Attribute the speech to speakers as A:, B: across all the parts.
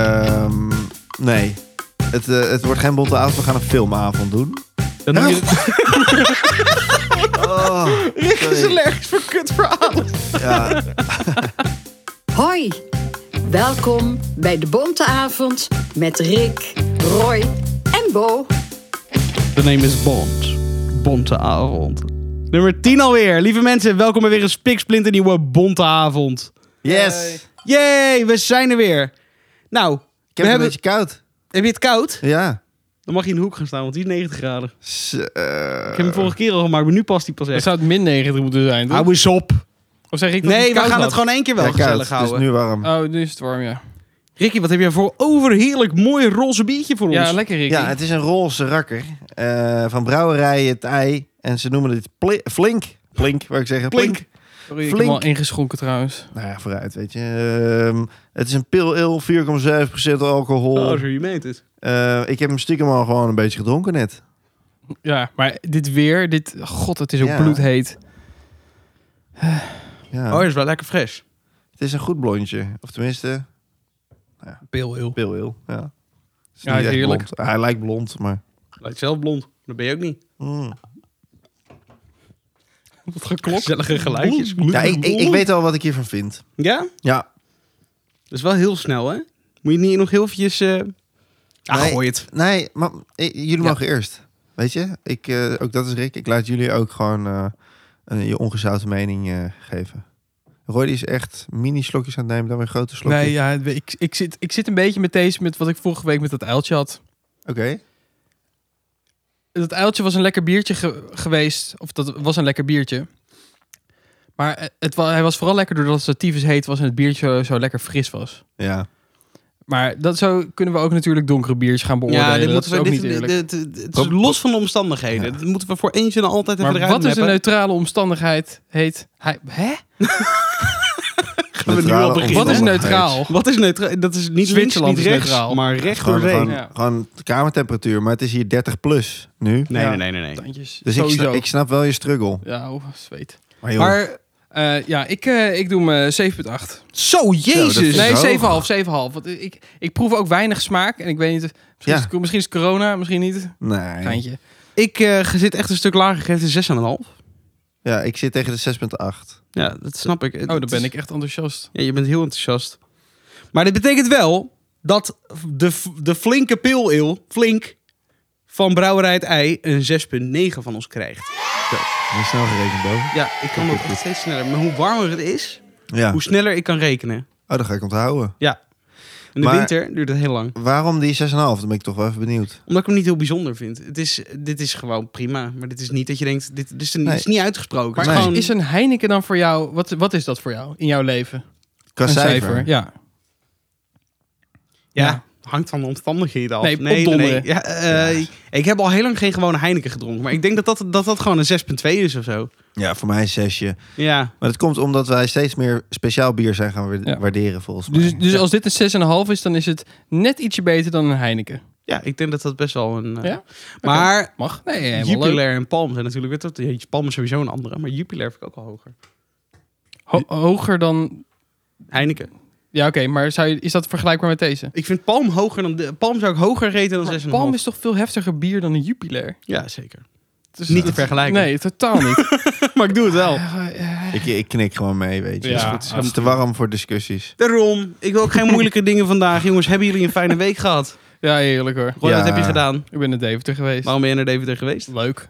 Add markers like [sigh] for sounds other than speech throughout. A: Ehm, nee. Het, eh, het wordt geen bonte avond, we gaan een filmavond doen.
B: Dan moet je...
A: Oh,
B: [laughs] Rick is
A: sorry.
B: allergisch voor kutverhalen. [laughs]
A: ja.
C: Hoi, welkom bij de Bonte Avond met Rick, Roy en Bo.
B: De name is Bond. Bonte avond. Nummer 10 alweer. Lieve mensen, welkom bij weer een spiksplinter nieuwe Bonte avond.
A: Yes!
B: Yay, we zijn er weer. Nou,
A: Ik
B: we
A: heb het een
B: hebben...
A: beetje koud.
B: heb je het koud?
A: Ja.
B: Dan mag je in de hoek gaan staan, want die is 90 graden.
A: S- eh,
B: Ik heb hem vorige keer al gemaakt, maar nu past die pas
D: Het
B: echt.
D: zou het min 90 moeten zijn, toch?
B: Hou eens op.
D: Of zeg ik dat
B: Nee,
D: het
B: we
D: koud
B: gaan het
D: had?
B: gewoon één keer wel
A: ja, koud.
B: gezellig
A: Het
B: houden.
A: is nu warm.
D: Oh, nu is het warm, ja.
B: Ricky, wat heb jij voor overheerlijk mooi roze biertje voor ons?
D: Ja, lekker, Ricky.
A: Ja, het is een roze rakker eh, van brouwerij Het Ei. En ze noemen dit pli- flink. Flink, wou ik zeggen.
B: Plink.
D: Sorry, ik heb
A: flink.
D: hem al ingeschonken trouwens.
A: Nou ja, vooruit, weet je. Ehm, het is een pil ale, 4,7% alcohol.
B: Oh, zo je meent het.
A: Eh, ik heb hem stiekem al gewoon een beetje gedronken net.
D: Ja, maar dit weer, dit... God, het is ook
A: Ja.
D: bloedheet.
A: Ja.
B: Oh, dat is wel lekker fris.
A: Het is een goed blondje. Of tenminste,
D: Peel heel.
A: pil ale. Ja, Het is
D: Ja,
A: niet
D: is
A: echt
D: heerlijk.
A: blond. Hij lijkt blond, maar...
B: Lijkt zelf blond. Dat ben je ook niet.
A: Mm.
D: [laughs] Wat geklokt.
B: Gezellige geluidjes.
A: Ja, ik, ik, ik weet al wat ik hiervan vind.
B: Ja? Dat
A: Ja,
B: is wel heel snel, hè? Moet je niet nog heel eventjes... eh, Ah,
A: Nee.
B: gooi het.
A: nee, maar eh, jullie
B: Ja.
A: mogen eerst. Weet je, ik, eh, ook dat is Rick. Ik laat jullie ook gewoon eh, een- je ongezouten mening eh, geven. Roy die is echt mini-slokjes aan het nemen, dan weer grote slokjes.
D: Nee, ja, ik, ik, zit, ik zit een beetje met deze, met wat ik vorige week met dat uiltje had.
A: Oké.
D: dat uiltje was een lekker biertje ge- geweest. Of dat was een lekker biertje. Maar eh, het, wa- hij was vooral lekker doordat het tyfus heet was en het biertje zo, zo lekker fris was.
A: Ja.
D: Maar dat zo kunnen we ook natuurlijk donkere biertjes gaan beoordelen.
B: Ja, dit
D: dat
B: moeten
D: is
B: we...
D: ook
B: Dit,
D: niet
B: dit,
D: eerlijk.
B: dit, het is los van de omstandigheden. Dat moeten we voor eens en altijd even
D: maar
B: eruit
D: wat is een
B: meppen.
D: neutrale omstandigheid heet... Hij, hè?
B: Gaan we nu al beginnen?
D: Wat is neutraal?
B: Wat is neutraal? Dat is niet
D: Zwitserland
B: links,
D: is
B: niet rechts,
D: neutraal.
B: maar recht door
A: Gewoon,
B: zee.
A: gewoon,
B: Nee,
D: Ja.
A: gewoon de kamertemperatuur, maar het is hier 30 plus nu.
B: nee,
A: Ja.
B: nee, nee. nee.
D: Tandjes.
A: Dus ik
D: Sowieso.
A: snap, ik snap wel je struggle.
D: Ja, oh, zweet.
A: Maar joh,
D: Maar eh, ja, ik, eh, ik doe hem eh, 7,8.
B: Zo, jezus!
A: is
D: Nee,
A: hoog.
D: 7,5, 7,5. Want ik, ik proef ook weinig smaak. En ik weet niet, misschien,
A: Ja.
D: is, het, misschien is het corona, misschien niet.
A: nee.
D: Geintje.
B: Ik eh, zit echt een stuk lager gegeven, 6,5.
A: Ja, ik zit tegen de 6,8.
B: Ja, dat snap ik.
D: Oh, dan ben ik echt enthousiast.
B: Ja, je bent heel enthousiast. Maar dit betekent wel dat de, de flinke pil flink, van Brouwerij het Ei, een 6,9 van ons krijgt.
A: Niet snel gerekend boven.
B: Ja, ik kan dat echt steeds sneller. Maar hoe warmer het is,
A: Ja.
B: hoe sneller ik kan rekenen.
A: Oh, dat ga ik onthouden.
B: Ja. In de
A: Maar-
B: winter duurt het heel lang.
A: Waarom die 6,5? Dan ben ik toch wel even benieuwd.
B: Omdat ik hem niet heel bijzonder vind. Het is, dit is gewoon prima. Maar dit is niet dat je denkt, dit, dit is, een-
A: Nee.
B: is niet uitgesproken.
D: Maar
B: Het
A: Nee.
B: gewoon-
D: is een Heineken dan voor jou... Wat, wat is dat voor jou in jouw leven?
A: Qua
D: een
A: cijfer.
D: Ja.
B: Ja,
D: Ja.
B: hangt van de omstandigheden af.
D: Nee, opdonderen.
B: Ja, eh, Ik heb al heel lang geen gewone Heineken gedronken. Maar ik denk dat dat, dat, dat gewoon een 6,2 is of zo.
A: Ja, voor mij een zesje.
B: Ja.
A: Maar dat komt omdat wij steeds meer speciaal bier zijn gaan wa-
D: Ja.
A: waarderen, volgens mij.
D: Dus, dus als dit een 6,5 is, dan is het net ietsje beter dan een Heineken.
B: ja, ik denk dat dat best wel een... eh,
D: Ja?
B: Maar
D: Mag? Nee, helemaal leuk.
B: Jupiler en Palm zijn natuurlijk weer tot... Jeetje, Palm is sowieso een andere. Maar Jupiler vind ik ook al hoger.
D: Ho- hoger dan...
B: Heineken.
D: Ja, oké, maar zou je, is dat vergelijkbaar met deze?
B: Ik vind Palm hoger dan... De, Palm zou ik hoger reten dan 6,5.
D: Palm is toch veel heftiger bier dan een Jupiler?
B: Ja, zeker. [laughs]
D: Het is-
B: Niet te vergelijken.
D: Nee, totaal [laughs] niet.
B: maar ik doe het wel.
A: Ik, ik knik gewoon mee, weet je.
D: Ja,
A: Is goed.
D: dat is
A: het is te warm voor discussies.
B: Daarom. Ik wil ook
D: [laughs]
B: geen moeilijke dingen vandaag. Jongens, hebben jullie een fijne week gehad?
D: ja, heerlijk hoor.
B: Roy, wat
A: Ja.
B: heb je gedaan?
D: Ik ben naar Deventer geweest.
B: Waarom ben je naar Deventer geweest? [laughs]
D: Leuk.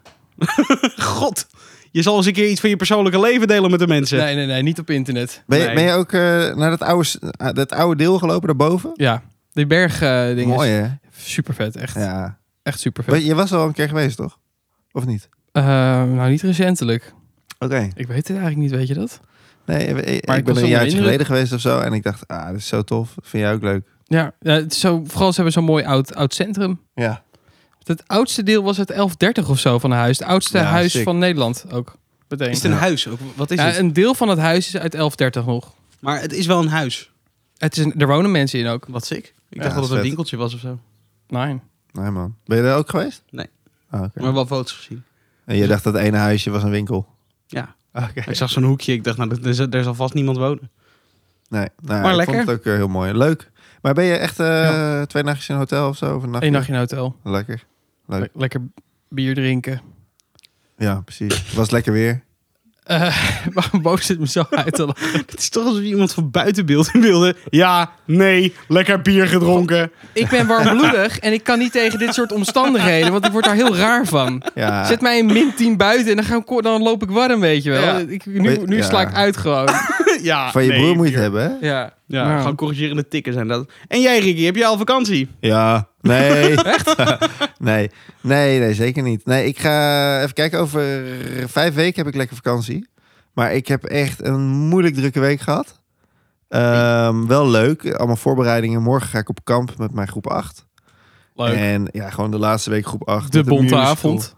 B: God, je zal eens een keer iets van je persoonlijke leven delen met de mensen.
D: Nee, nee, nee, niet op internet.
A: Ben, je-
B: Nee.
A: ben je ook eh, naar dat oude, s- eh, dat oude deel gelopen, daarboven?
D: Ja, die berg eh ding
A: Mooi,
D: is
A: hè?
D: super vet. Echt,
A: Ja.
D: echt super vet.
A: Maar Je was al een keer geweest, toch? Of niet?
D: nou, niet recentelijk.
A: Oké.
D: Ik weet het eigenlijk niet, weet je dat?
A: Nee, eh, eh, ik,
D: Maar ik was
A: ben een
D: onder de
A: jaartje
D: indruk.
A: geleden geweest of zo. En ik dacht, ah, dit is zo tof. Vind jij ook leuk?
D: Ja, ja, het is zo, vooral ze hebben zo'n mooi oud, oud centrum.
A: Ja.
D: Het oudste deel was het 1130 of zo van het huis. Het oudste
A: Ja,
D: huis
A: sick.
D: van Nederland ook. Meteen.
B: Is het een
A: Ja.
B: huis ook? Wat is
D: Ja,
B: het?
D: een deel van het huis is uit 1130 nog.
B: Maar het is wel een huis.
D: Het is een, er wonen mensen in ook.
B: Wat sick. Ik
A: Ja,
B: dacht dat het een
A: vet.
B: winkeltje was of zo.
D: Nee.
A: Nee, man. Ben je daar ook geweest?
B: Nee.
A: Ah, oké.
B: Maar wel foto's gezien.
A: En je dacht dat ene huisje was een winkel? Ah,
B: Ja.
A: Oké.
B: Ik zag zo'n hoekje. Ik dacht, nou, er, er zal vast niemand wonen. [laughs]
A: Nee, nou, ja,
B: Maar
A: ik
B: lekker.
A: vond het ook eh, heel mooi. Leuk. Maar ben je echt eh, twee nachtjes in een hotel of zo? Of een nachtje?
D: Eén nachtje in een hotel.
A: Lekker. Leuk.
D: Le- lekker bier drinken. [laughs]
A: Ja, precies. Was lekker weer.
D: Eh, waarom boos zit me zo uit te lachen?
B: Het is toch alsof iemand van buiten beeld [laughs] in wilde. Ja, nee, lekker bier [laughs] gedronken.
D: [laughs] Ik ben warmbloedig en ik kan niet tegen dit soort omstandigheden, want ik word daar heel raar van.
A: Ja.
D: Zet mij in min 10 buiten en dan, ga ik, dan loop ik warm, weet je wel.
B: Ja.
D: Ik, nu nu
A: Ja.
D: sla ik uit [laughs] gewoon.
B: Ja,
A: Van je
B: Ah, nee,
A: broer moet je
B: bier.
A: het hebben, hè?
D: Ja.
B: Ja,
D: Nou.
B: gewoon corrigerende tikken zijn dat. En jij, Ricky, heb jij al vakantie?
A: Ja. Nee.
D: [laughs]
A: [laughs] nee. Nee, nee, zeker niet. Nee, ik ga even kijken. Over vijf weken heb ik lekker vakantie. Maar ik heb echt een moeilijk drukke week gehad. Ehm, wel leuk. Allemaal voorbereidingen. Morgen ga ik op kamp met mijn groep 8.
D: Leuk.
A: En ja, gewoon de laatste week groep 8.
D: De
A: met
D: bonte
A: musical.
D: avond.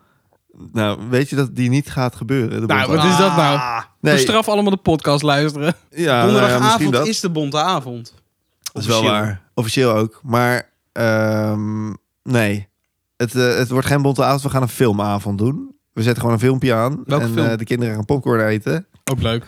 A: Nou, weet je dat die niet gaat gebeuren? De
B: Nou,
A: bonte
D: wat is dat nou?
B: Ah,
A: Nee,
D: Straf allemaal de podcast luisteren.
A: ja, nou ja, misschien
B: Donderdagavond
A: dat.
B: is de bonte avond.
A: Dat is wel waar. Officieel ook. Maar ehm, nee, het, eh, het wordt geen bonte avond. We gaan een filmavond doen. We zetten gewoon een filmpje aan.
D: Welke
A: en
D: film?
A: eh, de kinderen gaan popcorn eten.
D: Ook leuk.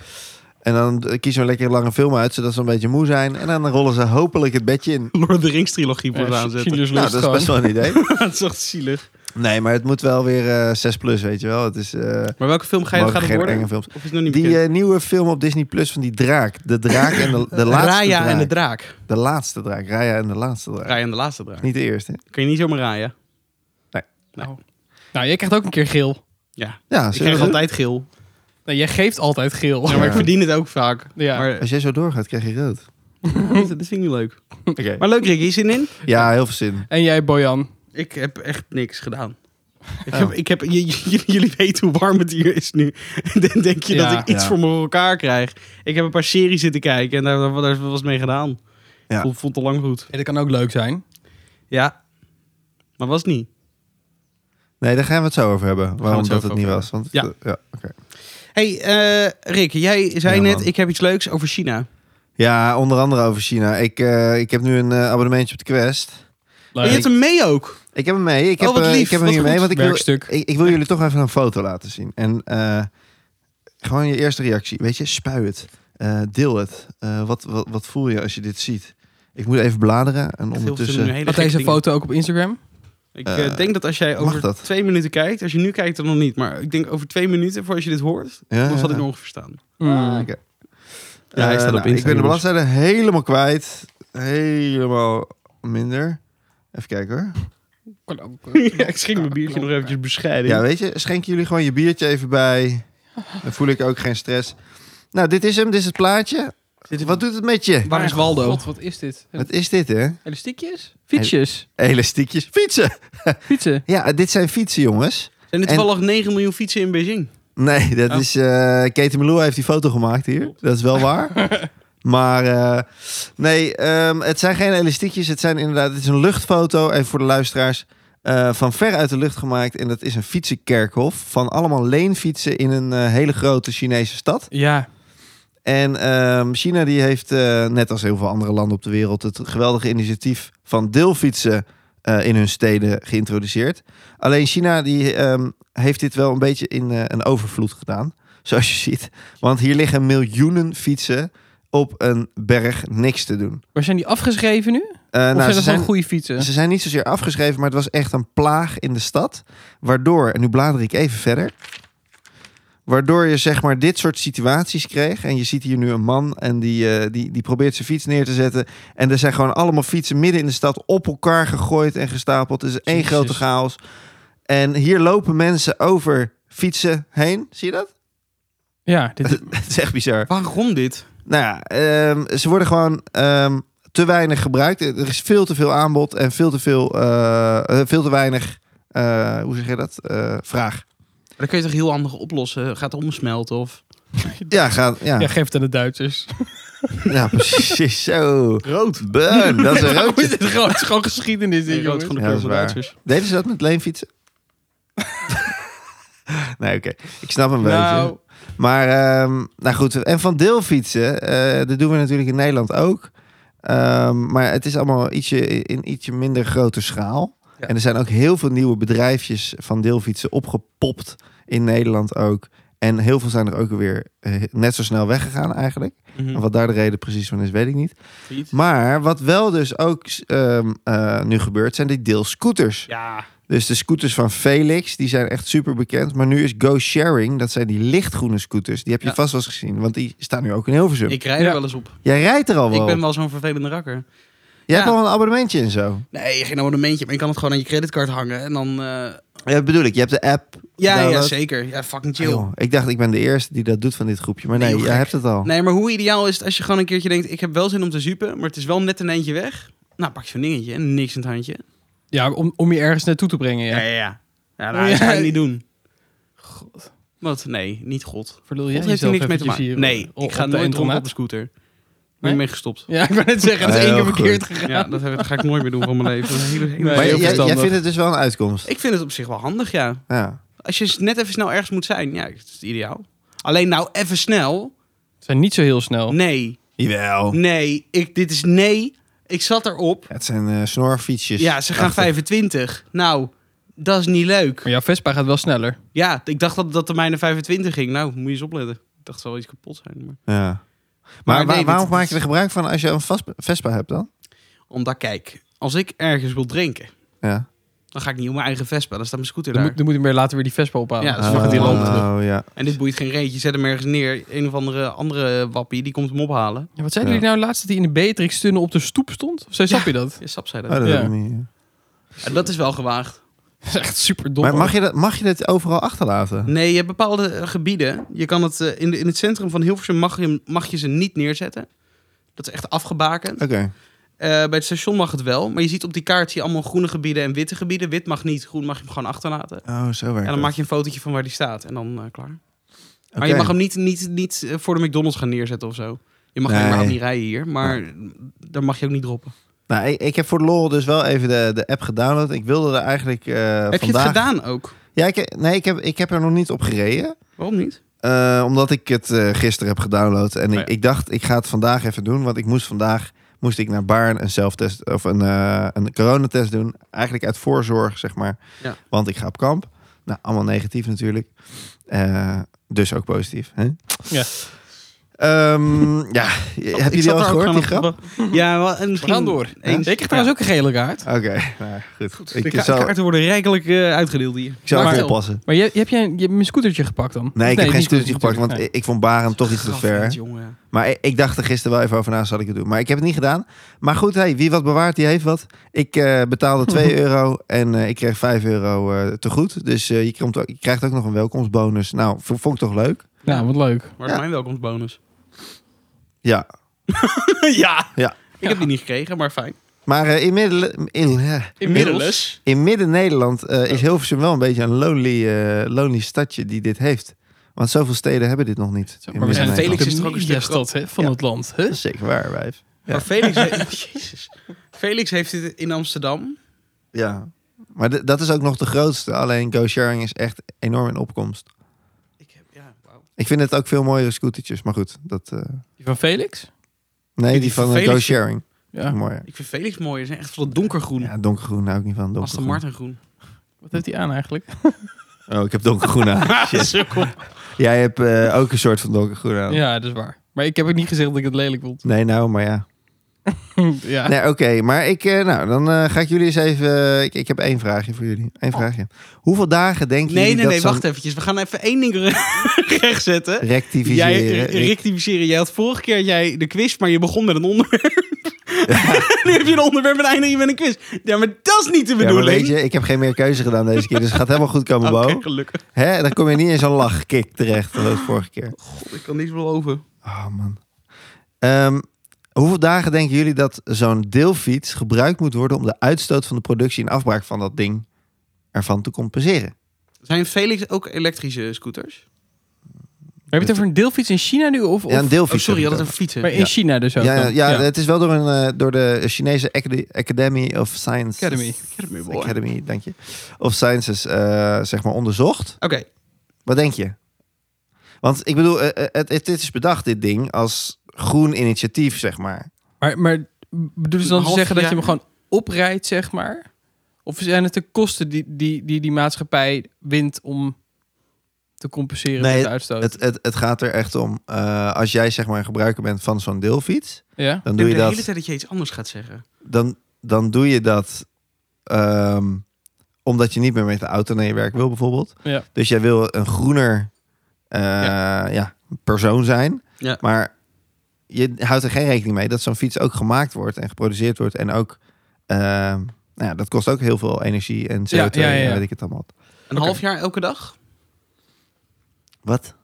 A: En dan eh, kiezen we lekker een lange film uit, zodat ze een beetje moe zijn. En dan rollen ze hopelijk het bedje in.
B: Lord of the Rings trilogie voor
D: Ja,
B: aanzetten.
D: Schindler's
A: Nou,
D: List
A: dat is best
D: gewoon.
A: wel een idee.
B: [laughs] dat is echt zielig.
A: Nee, maar het moet wel weer eh 6 plus, weet je wel. Het is, eh,
B: Maar welke film ga je,
A: mogen
B: gaat
A: geen
B: het worden?
A: enge
B: Of
A: films.
B: is het nog niet
A: Die
B: bekend?
A: eh, nieuwe film op Disney Plus van die draak. De draak en eh, de, de laatste
B: [laughs] Raya
A: draak.
B: en de draak.
A: de laatste draak. Raya en de laatste draak.
B: Raya en de laatste draak.
A: Niet de eerste. hè?
B: Kun je niet zomaar Raya.
D: Nou, jij krijgt ook een keer geel.
B: Ja,
A: Ja,
B: ik
A: zullen we
B: krijg
A: doen?
B: altijd geel.
D: Nee, jij geeft altijd geel. [laughs]
B: Ja, maar ik verdien het ook vaak. [laughs]
D: Ja.
B: Maar
A: Als jij zo doorgaat, krijg je rood.
B: dit vind ik niet leuk. Maar leuk, Ricky, zin in?
A: Ja, heel veel zin.
D: En jij, Bojan.
B: Ik heb echt niks gedaan. Ik
A: Oh.
B: heb, ik heb, j- j- jullie weten hoe warm het hier is nu. [laughs] En dan denk je
D: Ja.
B: dat ik iets
A: Ja.
B: voor me voor elkaar krijg. Ik heb een paar series zitten kijken en daar, daar, daar was mee gedaan.
A: Ja.
B: Vond, vond het al lang goed.
D: dat kan ook leuk zijn.
B: Ja. Maar was het niet.
A: Nee, daar gaan we het zo over hebben. Waarom
D: het zo
A: dat het
D: over
A: niet
D: hebben.
A: was. Want,
B: Ja.
A: eh, ja, oké.
B: hey, eh, Rick, jij zei
A: Ja,
B: net,
A: man.
B: ik heb iets leuks over China.
A: ja, onder andere over China. Ik, eh, ik heb nu een eh, abonnementje op de Quest.
B: En je hebt hem mee ook.
A: Ik heb hem mee. Ik heb,
B: wat
A: eh,
B: lief,
A: ik heb hem
B: wat
A: hier
B: goed.
A: mee, want ik wil,
D: Werkstuk.
A: ik, ik wil jullie toch even een foto laten zien. En eh, gewoon je eerste reactie. Weet je, spui het. Eh, deel het. Eh, wat, wat, wat voel je als je dit ziet? Ik moet even bladeren. En ondertussen...
B: hele
D: Had
B: gekke
D: deze
B: dingen.
D: foto ook op Instagram?
B: Ik eh,
A: Eh,
B: denk dat als jij
A: mag
B: over
A: dat?
B: twee minuten kijkt, als je nu kijkt dan nog niet, maar ik denk over twee minuten voor als je dit hoort,
A: Ja,
B: dan
A: ja,
B: zal ik
A: ja.
B: nog ongeveer staan.
A: Ah,
D: Mm.
A: oké.
B: Ja, hij
A: Eh,
B: staat op
A: nou, Ik
B: Insta,
A: ben de
B: jongens.
A: bladzijde helemaal kwijt. Helemaal minder. Even kijken hoor.
D: Kan ook,
B: [laughs]
D: eh,
B: Ja, ik schenk mijn biertje nog eventjes bescheiden.
A: Ja, weet je, schenken jullie gewoon je biertje even bij. Dan voel ik ook geen stress. Nou, dit is hem, dit is het plaatje. Wat doet het met je?
D: Waar is Waldo?
B: God,
D: wat is dit?
A: Wat is dit, hè?
D: Elastiekjes? Fietsjes.
A: Elastiekjes. Fietsen!
D: Fietsen.
A: Ja, dit zijn fietsen, jongens.
B: Zijn er
A: En-
B: toevallig 9 miljoen fietsen in Beijing?
A: Nee, dat
D: Oh.
A: is... eh Katie Melua heeft die foto gemaakt hier. Dat is wel waar. maar eh, nee, ehm, het zijn geen elastiekjes. Het zijn inderdaad... Het is een luchtfoto, even voor de luisteraars. eh, van ver uit de lucht gemaakt. En dat is een fietsenkerkhof van allemaal leenfietsen in een eh, hele grote Chinese stad.
D: Ja.
A: En ehm, China die heeft, eh, net als heel veel andere landen op de wereld, het geweldige initiatief van deelfietsen eh, in hun steden geïntroduceerd. Alleen China die, ehm, heeft dit wel een beetje in eh, een overvloed gedaan, [laughs] zoals je ziet. Want hier liggen miljoenen fietsen op een berg niks te doen.
D: Maar zijn die afgeschreven nu?
A: Eh,
D: of
A: nou,
D: zijn
A: ze
D: dat
A: zijn-
D: gewoon goede fietsen?
A: ze zijn niet zozeer afgeschreven, maar het was echt een plaag in de stad. Waardoor, en nu blader ik even verder. Waardoor je zeg maar dit soort situaties kreeg. En je ziet hier nu een man en die, eh, die, die probeert zijn fiets neer te zetten. En er zijn gewoon allemaal fietsen midden in de stad op elkaar gegooid en gestapeld. Het is één
D: Jezus.
A: grote chaos. En hier lopen mensen over fietsen heen. Zie je dat? [laughs]
D: Ja, dit,
A: Het is echt bizar.
B: Waarom dit?
A: Nou ja, ehm, ze worden gewoon ehm, te weinig gebruikt. Er is veel te veel aanbod en veel te, veel, eh, eh, veel te weinig, eh, hoe zeg je dat, Eh, vraag.
B: Maar dat kun je toch heel handig oplossen? Gaat omsmelten of...
A: [laughs] Ja, gaan, ja.
D: ja,
A: ja.
D: geef het aan de [laughs] Duitsers.
A: precies. Zo.
B: Rood.
A: Burn, dat is
D: [laughs]
A: een
D: Hoe is
A: roodje.
D: dit gewoon, Oh, het is gewoon geschiedenis,
B: Nee,
D: in
B: rood
D: jongens.
B: is gewoon de
A: Ja, dat
B: kleur van
A: is waar.
B: Duitsers.
A: Deden ze dat met leenfietsen? [laughs] nee, oké. Ik snap hem wel.
D: Nou,
A: Maar, ehm, nou goed. En van deelfietsen, eh, dat doen we natuurlijk in Nederland ook. Ehm, maar het is allemaal ietsje, in ietsje minder grote schaal.
B: Ja.
A: En er zijn ook heel veel nieuwe bedrijfjes van deelfietsen opgepopt in Nederland ook. En heel veel zijn er ook weer eh, net zo snel weggegaan eigenlijk.
B: Hm.
A: En wat daar de reden precies van is, weet ik niet.
B: Mhm. Fiets.
A: Maar wat wel dus ook ehm, eh, nu gebeurt, zijn die deelscooters.
B: Ja.
A: Dus de scooters van Felix, die zijn echt super bekend. Maar nu is Go Sharing, dat zijn die lichtgroene scooters. Die heb je
D: Ja.
A: vast wel eens gezien, want die staan nu ook in Hilversum.
B: Ik rij er
D: Ja.
B: wel eens op.
A: Jij rijdt er al wel.
B: Ik ben
A: op.
B: wel zo'n vervelende rakker.
A: Jij
B: ja.
A: hebt al een abonnementje en zo.
B: Nee, geen abonnementje, maar je kan het gewoon aan je creditcard hangen. En dan... eh,
A: Ja, dat bedoel ik. Je hebt de app.
B: Ja, ja,
A: Download.
B: zeker. Ja, fucking chill.
A: Nou, Ah, joh, ik dacht, ik ben de eerste die dat doet van dit groepje. Maar
B: Nee,
A: nee,
B: joh,
A: jij
B: gek.
A: hebt het al.
B: Nee, maar hoe ideaal is het als je gewoon een keertje denkt... ik heb wel zin om te zuipen, maar het is wel net een eindje weg. Nou, pak je zo'n dingetje en niks in het handje.
D: Ja, om, om je ergens naartoe te brengen, ja.
B: Ja, ja, ja. Ja, nou, dat
D: Ja.
B: ga ik niet doen.
D: God,
B: Wat? Nee, niet God.
D: verlul jij
B: God heeft er
D: jezelf
B: niks mee te
D: eventjes
B: maken.
D: hier
B: Nee,
D: eh, op-
B: ik ga
D: op de
B: nooit dronken op
D: intronaat?
B: een scooter. Ik ben
D: Nee?
B: ik mee gestopt.
D: Ja, ik wou net zeggen, dat is één
A: Heel
D: keer verkeerd gegaan.
B: Ja, dat, heb- dat ga ik nooit meer doen van mijn leven. Hele- hele-
D: Nee,
A: maar
D: heel
A: jij, jij
D: verstandig.
A: vindt het dus wel een uitkomst.
B: Ik vind het op zich wel handig, ja.
A: Ja.
B: Als je net even snel ergens moet zijn, ja, dat is ideaal. Alleen nou even snel.
D: Ze zijn niet zo heel snel.
B: Nee,
A: Jawel.
B: nee, ik, dit is nee. Ik zat erop.
A: Ja, het zijn eh, snorfietsjes.
B: Ja, ze gaan
A: Prachtig.
B: 25. Nou, dat is niet leuk.
D: Maar jouw Vespa gaat wel sneller.
B: Ja, ik dacht dat dat de mijne 25 ging. Nou, moet je eens opletten. Ik dacht, het zal wel iets kapot zijn. Maar...
A: Ja. Maar,
B: Maar
A: waar-
B: nee, dit-
A: waarom maak
B: dit-
A: je er gebruik van als je een vas- Vespa hebt dan?
B: Omdat, kijk, als ik ergens wil drinken,
A: Ja.
B: dan ga ik niet op mijn eigen Vespa. Dan staat mijn scooter
D: Dan
B: daar.
D: moet, dan moet hij weer later weer die Vespa ophalen.
B: Ja, dat is wel die lamp terug.
A: Oh ja.
B: En dit boeit geen reetje. Zet hem ergens neer. Een of andere, andere wappie, die komt hem ophalen.
D: Ja, wat zeiden jullie nou laatst dat hij in de Beatrix tunnel op de stoep stond? Of zei
B: Ja.
D: snap je dat?
B: Ja, sap zei
A: Oh,
B: dat.
A: dat heb
D: Ja.
A: ik niet. ja.
B: Ja, dat is wel gewaagd.
D: [laughs] Dat is echt super dom.
A: Maar mag je, dat, mag je dit overal achterlaten?
B: Nee, je hebt bepaalde eh, gebieden. Je kan het, eh, in, de- in het centrum van Hilversum mag je, mag je ze niet neerzetten. Dat is echt afgebakend.
A: Oké.
B: Eh, bij het station mag het wel. Maar je ziet op die kaart zie je allemaal groene gebieden en witte gebieden. Wit mag niet, groen mag je hem gewoon achterlaten.
A: Oh, zo werkt
B: En dan
A: het.
B: maak je een fotootje van waar die staat. En dan eh, klaar.
A: Oké.
B: Maar je mag hem niet, niet, niet eh, voor de McDonald's gaan neerzetten of zo. Je mag
A: Nee.
B: helemaal niet rijden hier. Maar daar mag je ook niet droppen.
A: Nou, ik, ik heb voor de lol dus wel even de, de app gedownload. Ik wilde er eigenlijk eh
B: Heb je
A: vandaag...
B: het gedaan ook?
A: Ja, ik, nee, ik heb, ik heb er nog niet op gereden.
B: Waarom niet?
A: Eh, omdat ik het eh, gisteren heb gedownload. En ik,
B: Oh ja.
A: ik dacht, ik ga het vandaag even doen. Want ik moest vandaag moest ik naar Baarn een zelftest of een, eh, een coronatest doen. Eigenlijk uit voorzorg, zeg maar.
B: Ja.
A: Want ik ga op kamp. Nou, allemaal negatief natuurlijk. Eh, dus ook positief. Hè?
D: Ja.
A: Ehm, ja, heb
B: Ik
A: je die
B: zat
A: al
B: daar ook
A: gehoord, die grap?
B: gewoon
A: Oké,
B: op- Ja, wel, en
D: We
B: misschien...
D: gaan door.
B: Eens.
D: Ik krijg trouwens ook een gele kaart.
A: nou, goed.
B: Goed, de
A: Ik
B: ka-
A: zal, ik
B: kaarten worden rijkelijk eh, uitgedeeld hier.
A: zal
D: Maar-
A: even oppassen.
D: Maar je, heb jij een, je hebt een scootertje gepakt dan?
A: Nee, ik heb geen
D: niet
A: studie gepakt, want
D: natuurlijk.
A: ik, ik vond Baren toch iets te
B: Grappig,
A: ver.
B: jongen.
A: Maar ik, ik dacht er gisteren wel even over na, zal ik het doen. Maar ik heb het niet gedaan. Maar goed, hey, wie wat bewaart, die heeft wat. Ik eh, betaalde 2 euro en eh, ik kreeg 5 euro eh, te goed. Dus eh, je, komt ook, je krijgt ook nog een welkomstbonus. Nou, v- vond ik toch leuk?
D: Ja, wat leuk.
B: Waar is
A: Ja.
B: mijn welkomstbonus?
A: Ja.
B: [laughs] ja.
A: Ja.
B: Ik heb die niet gekregen, maar fijn.
A: Maar eh, inmiddels, in, eh,
B: Inmiddels.
A: in midden-Nederland eh, is Hilversum wel een beetje een lonely, eh, lonely stadje die dit heeft. Want zoveel steden hebben dit nog niet. in
D: Maar we zijn
A: Midden-Nederland.
D: Felix
B: Felix
D: is
B: is
D: toch
B: er
D: ook
B: ook
D: een
B: een stuk
D: stad hè, van
A: Ja.
D: het land. hè?
A: Dat is zeker waar, wijf. Ja.
B: Maar Felix,
A: [laughs]
B: heeft, Jezus. Felix heeft dit in Amsterdam.
A: Ja. Maar d- dat is ook nog de grootste. Alleen GoSharing is echt enorm in opkomst.
B: Ik heb, ja, wauw.
A: Ik vind het ook veel mooiere scootertjes. Maar goed, dat... eh,
D: Die van Felix?
A: Nee, die van eh, Go
B: vervelend-
A: Sharing.
D: Ja.
A: Mooi.
B: Ik vind Felix mooi. Ze zijn echt van dat donkergroen.
A: Ja, donkergroen hou ik niet van.
B: Aston
A: Donkergroen.
B: Martin groen.
D: Wat heeft hij aan eigenlijk?
A: Oh, ik heb donkergroen
B: [laughs]
A: aan. Shit. Jij hebt eh, ook een soort van donkergroen aan.
D: Ja, dat is waar. Maar ik heb ook niet gezegd dat ik het lelijk vond.
A: Nee, nou, maar ja.
D: [laughs] ja.
A: Nee, oké. maar ik, eh, nou, dan eh, ga ik jullie eens even... eh, ik, ik heb één vraagje voor jullie. Eén vraagje. Hoeveel dagen denken
B: Oh. Nee,
A: jullie
B: nee,
A: dat
B: nee,
A: zo'n
B: wacht eventjes. We gaan even één ding [laughs] recht zetten. Jij eh,
A: rectificeren?
B: re- rectificeren. Jij had vorige keer jij de quiz, maar je begon met een onderwerp.
A: [laughs]
B: [laughs] nu heb je een onderwerp en eindig je met een quiz. Ja, maar dat is niet
A: Ja,
B: de
A: maar weet
B: bedoeling.
A: je, ik heb geen meer keuze gedaan deze keer. Dus het gaat helemaal goed komen,
B: [laughs] Oké,
A: Bo.
B: gelukkig.
A: Hè? Dan kom je niet in zo'n lachkick terecht. Dat was vorige keer.
B: God, ik kan niets beloven.
A: Oh man. Ehm, hoeveel dagen denken jullie dat zo'n deelfiets gebruikt moet worden om de uitstoot van de productie en afbraak van dat ding ervan te compenseren?
B: Zijn Felix ook elektrische scooters?
D: Heb je het over een deelfiets in China nu? Of, of...
A: ja, een
B: Oh,
A: deelfiets.
B: sorry,
A: heb
B: je
A: ik
B: had het
A: het
B: over fietsen.
D: Maar in
A: Ja.
D: China dus ook
A: over. ja, ja,
D: dan?
A: ja, het is wel door, een, eh, door de Chinese Acad- Academy of Science.
D: Academy.
B: Academy, boy.
A: Academy, dank je. Of Sciences, eh, zeg maar, onderzocht.
B: Oké,
A: Wat denk je? Want ik bedoel, eh, eh, het, het, dit is bedacht, dit ding, als groen initiatief, zeg maar.
D: Maar, maar bedoel je
B: Een
D: dan te
B: half
D: zeggen dat je
B: jaar-
D: hem gewoon oprijdt, zeg maar? Of zijn het de kosten die die, die, die maatschappij wint om te compenseren
A: Nee,
D: met de uitstoot.
A: Het, het, het gaat er echt om, eh, als jij zeg maar een gebruiker bent van zo'n deelfiets,
D: ja?
A: dan doe je
B: de
A: dat
B: hele tijd dat je iets anders gaat zeggen.
A: dan, dan doe je dat ehm, omdat je niet meer met de auto naar je werk wil, bijvoorbeeld.
D: Ja.
A: Dus jij wil een groener eh, ja. persoon zijn.
B: Ja.
A: Maar je houdt er geen rekening mee dat zo'n fiets ook gemaakt wordt en geproduceerd wordt. En ook, ehm, nou ja, dat kost ook heel veel energie en CO2
D: Ja, ja, ja, ja.
A: en weet ik het allemaal.
B: Een
D: Oké.
B: half jaar elke
A: [laughs]
B: dag? [laughs]
A: Wat?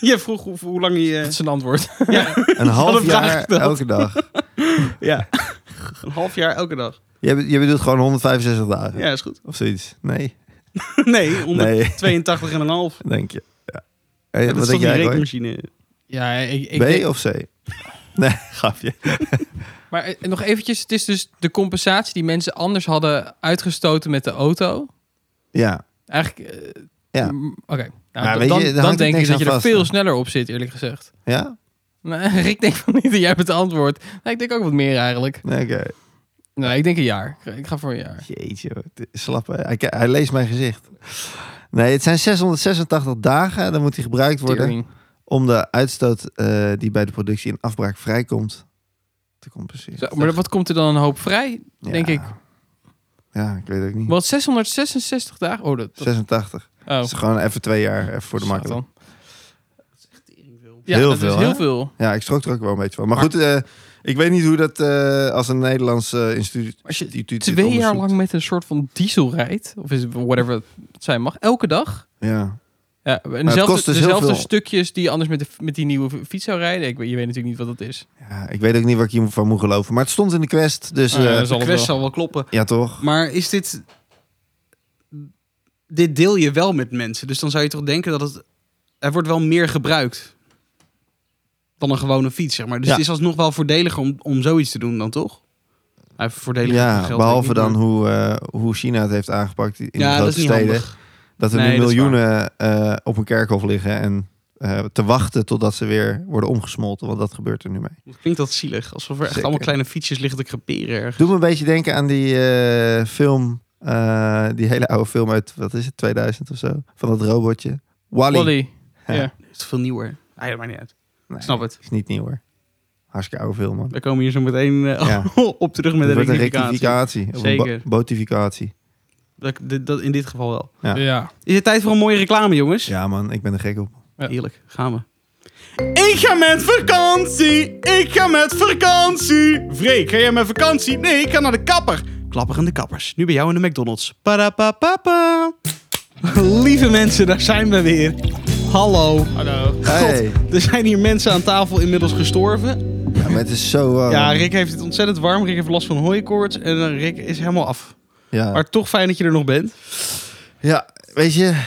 B: Je vroeg hoe, hoe lang
D: Dat
B: je...
D: is een antwoord.
A: Een half
B: vraag
A: jaar
B: ik dat.
A: elke dag.
B: Ja. een half jaar elke dag.
A: Je, be- je bedoelt gewoon 165 dagen
B: Ja, is goed. [laughs]
A: of zoiets? Nee,
B: nee, onder
A: nee,
B: 82 en een half.
A: denk je. Ja. Eh,
B: dat is
A: wat denk
B: toch die
A: jij, Roy?
B: rekenmachine?
D: Ja, ik, ik
A: B
D: denk-
A: of C? [laughs] Nee, grapje.
D: Maar eh, nog eventjes, het is dus de compensatie die mensen anders hadden uitgestoten met de auto.
A: Ja,
D: Eigenlijk, eh,
A: Ja.
D: mm, Oké, nou,
A: Maar
D: d-
A: weet je,
D: dan,
A: daar hangt
D: dan
A: ook
D: denk ik
A: niks
D: dat je
A: aan
D: er
A: vast,
D: veel
A: hè?
D: sneller op zit, eerlijk gezegd. [laughs]
A: ja?
D: Nee, ik denk van niet dat jij hebt het antwoord. Nee, ik denk ook wat meer eigenlijk.
A: Nee, Oké.
D: Nee, ik denk een jaar. Ik ga voor een jaar.
A: Jeetje, wat slappe. Hij, ki- hij leest mijn gezicht. Nee, het zijn 686 dagen. Dan moet die gebruikt worden
D: Tering.
A: om de uitstoot eh, die bij de productie en afbraak vrijkomt te compenseren.
D: Zo, maar wat komt er dan een hoop vrij?
A: Ja.
D: denk ik.
A: Ja, ik weet het ook niet.
D: Wat 666 dagen? Oh, dat, dat
A: 86.
D: oh.
A: Dat is Dus gewoon even twee jaar even voor de
D: Satan.
A: makkelijk.
D: Ja,
A: Heel
D: dat
A: veel,
D: is
A: hè?
D: heel veel.
A: Ja, ik schrok er ook wel een beetje van. Maar
D: Maar-
A: goed, eh, ik weet niet hoe dat eh, als een Nederlands eh, instituut.
D: Als je
A: instituut dit
D: Twee jaar
A: onderzoekt.
D: lang met een soort van diesel rijdt, of is het whatever het zijn mag, elke dag.
A: Ja.
D: Ja, en
A: het
D: dezelfde,
A: kost dus heel
D: dezelfde
A: veel.
D: stukjes die je anders met, de, met die nieuwe fiets zou rijden. Ik, weet- je weet natuurlijk niet wat dat is.
A: ja, ik weet ook niet waar ik hiervan moet geloven. Maar het stond in de quest. Dus
D: Ah, ja,
A: eh,
D: dat
B: De
D: is zal het
B: quest
D: wel.
B: zal wel kloppen.
A: ja, toch?
B: Maar is dit... Dit deel je wel met mensen. Dus dan zou je toch denken dat het... Er wordt wel meer gebruikt. Dan een gewone fiets, zeg maar. Dus
A: Ja.
B: het is alsnog wel voordeliger om, om zoiets te doen dan, toch? Hij voordeliger voor
A: Ja,
B: geld,
A: behalve
B: denk
A: dan
B: ik, maar-
A: hoe, eh, hoe China het heeft aangepakt in de
B: Ja, dat is
A: grote
B: niet
A: steden.
B: handig.
A: Dat er
B: Nee,
A: nu
B: dat is
A: miljoenen eh, op een kerkhof liggen en eh, te wachten totdat ze weer worden omgesmolten. Want dat gebeurt er nu mee.
B: Klinkt dat zielig. Alsof er echt
A: Zeker.
B: allemaal kleine fietsjes liggen te creperen ergens.
A: Doe me een beetje denken aan die eh, film, eh, die hele oude film uit, wat is het, 2000 of zo? Van dat robotje. Wally.
D: Wally.
A: Ja.
D: Ja.
B: Het is veel nieuwer. Ah, ja, dat maakt niet uit.
A: Nee,
B: Snap het.
A: Is niet nieuw hoor. Hartstikke oude film man.
B: We komen hier zo meteen eh,
A: Ja.
B: [laughs] op terug met
A: Het
B: een
A: wordt een
B: rectificatie.
A: rectificatie. Of een
B: Zeker.
A: bo- botificatie.
B: Dat, dat, dat in dit geval wel.
A: Ja.
D: Ja.
B: Is het tijd voor een mooie reclame, jongens?
A: Ja man, ik ben er gek op.
D: Ja.
B: Heerlijk, gaan we. Ik ga met vakantie! Ik ga met vakantie! Freek, ga jij met vakantie? Nee, ik ga naar de kapper. Klapperende kappers, nu bij jou in de McDonald's. Parapapapa. Lieve mensen, daar zijn we weer. Hallo.
D: Hallo.
A: Hey.
B: God, er zijn hier mensen aan tafel inmiddels gestorven.
A: Ja, maar het is zo warm.
B: Ja, Rick heeft het ontzettend warm. Rick heeft last van hooikoorts en eh, Rick is helemaal af.
A: Ja.
B: Maar toch fijn dat je er nog bent.
A: Ja, weet je,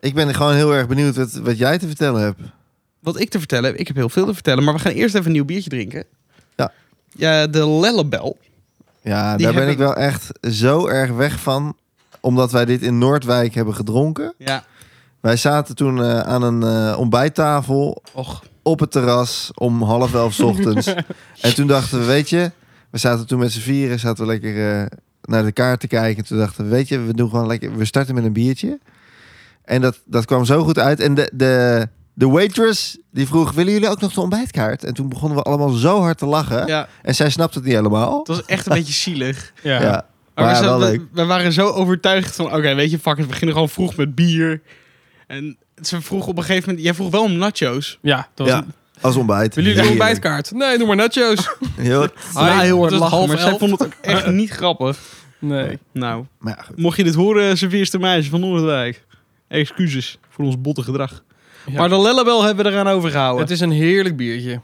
A: ik ben gewoon heel erg benieuwd wat, wat jij te vertellen hebt.
B: Wat ik te vertellen heb, ik heb heel veel te vertellen, maar we gaan eerst even een nieuw biertje drinken.
A: Ja.
B: Ja, de Lellebel.
A: Ja,
B: Die
A: daar ben
B: hebben-
A: ik wel echt zo erg weg van, omdat wij dit in Noordwijk hebben gedronken.
B: Ja.
A: Wij zaten toen eh, aan een eh, ontbijttafel
B: Och.
A: op het terras om half elf 's ochtends.
D: [laughs]
A: en toen dachten we, weet je, we zaten toen met z'n vieren, zaten we lekker eh, naar de kaart te kijken. Toen dachten we, weet je, we doen gewoon lekker, we starten met een biertje. En dat, dat kwam zo goed uit. En de, de, de waitress die vroeg, willen jullie ook nog de ontbijtkaart? En toen begonnen we allemaal zo hard te lachen.
B: Ja,
A: En zij snapte het niet helemaal.
B: het was echt een beetje zielig.
A: Ja.
D: Ja.
B: Maar we,
A: Maar wel
B: zaten- we-
A: leuk.
B: we waren zo overtuigd van, oké, weet je, fuck it, we beginnen gewoon vroeg met bier. En ze vroeg op een gegeven moment, jij vroeg wel om nachos.
D: Ja, dat was
A: Ja. Als ontbijt.
D: Willen jullie de
A: Heerlijk.
D: ontbijtkaart? Nee, noem maar nachos.
A: Heel-
B: Ja, heel hard
D: het was
B: lachen,
D: half
B: maar zij
D: elf.
B: vond het ook echt niet grappig.
D: Nee.
B: Nou,
A: Maar ja, goed.
B: Mocht je dit horen, serveerste meisje van Noordwijk. Excuses voor ons botte gedrag.
D: Ja.
B: Maar de Lellebel hebben we eraan overgehouden.
D: Het is een heerlijk biertje.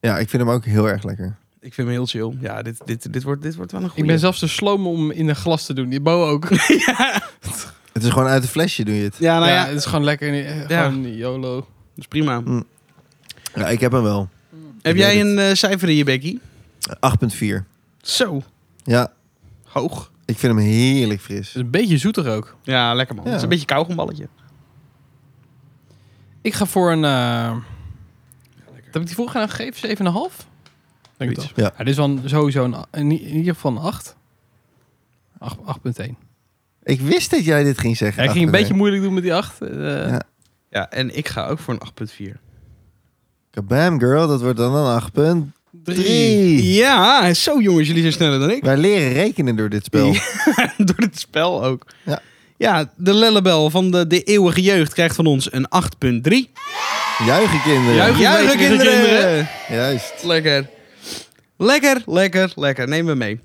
A: ja, ik vind hem ook heel erg lekker.
B: Ik vind hem heel chill. Ja, dit, dit, dit, wordt, dit wordt wel een goede.
D: Ik ben zelfs te sloom om in een glas te doen. Die Bo ook.
A: Het is gewoon uit een flesje doe je het.
B: Ja, nou ja,
D: ja, het is gewoon lekker. eh,
B: Ja.
D: Gewoon YOLO.
B: dat is prima.
A: Ja, ik heb hem wel.
B: Heb
A: weet
B: jij
A: het.
B: een eh, cijfer in je bekkie?
A: 8,4.
B: Zo.
A: Ja,
B: Hoog.
A: ik vind hem heerlijk fris.
D: Het is een beetje zoetig ook.
B: Ja, lekker man.
A: Ja.
B: Het is een beetje kauwgomballetje.
D: Ik ga voor een... eh, heb ik die vorige aan gegeven? 7,5? Denk
B: Zoiets.
D: ik
A: Ja.
D: ja. Dit is wel een- sowieso een, in, i- in ieder geval een 8. 8 8,1.
A: Ik wist dat jij dit ging zeggen.
D: Hij ging een
A: achter
D: beetje moeilijk doen met die eh, 8.
A: Ja.
B: Ja, en ik ga ook voor een 8,4.
A: Kabam girl, dat wordt dan een 8.3.
B: Ja, zo jongens, jullie zijn sneller dan ik.
A: Wij leren rekenen door dit spel.
B: [laughs] Door het spel ook.
A: Ja.
B: Ja, de Lellebel van de, de eeuwige jeugd krijgt van ons een 8,3.
A: Juichen kinderen.
D: Juichen.
B: Juichen,
D: betere
B: kinderen!
D: kinderen.
A: Juist.
B: Lekker. Lekker, lekker, lekker. Neem me mee.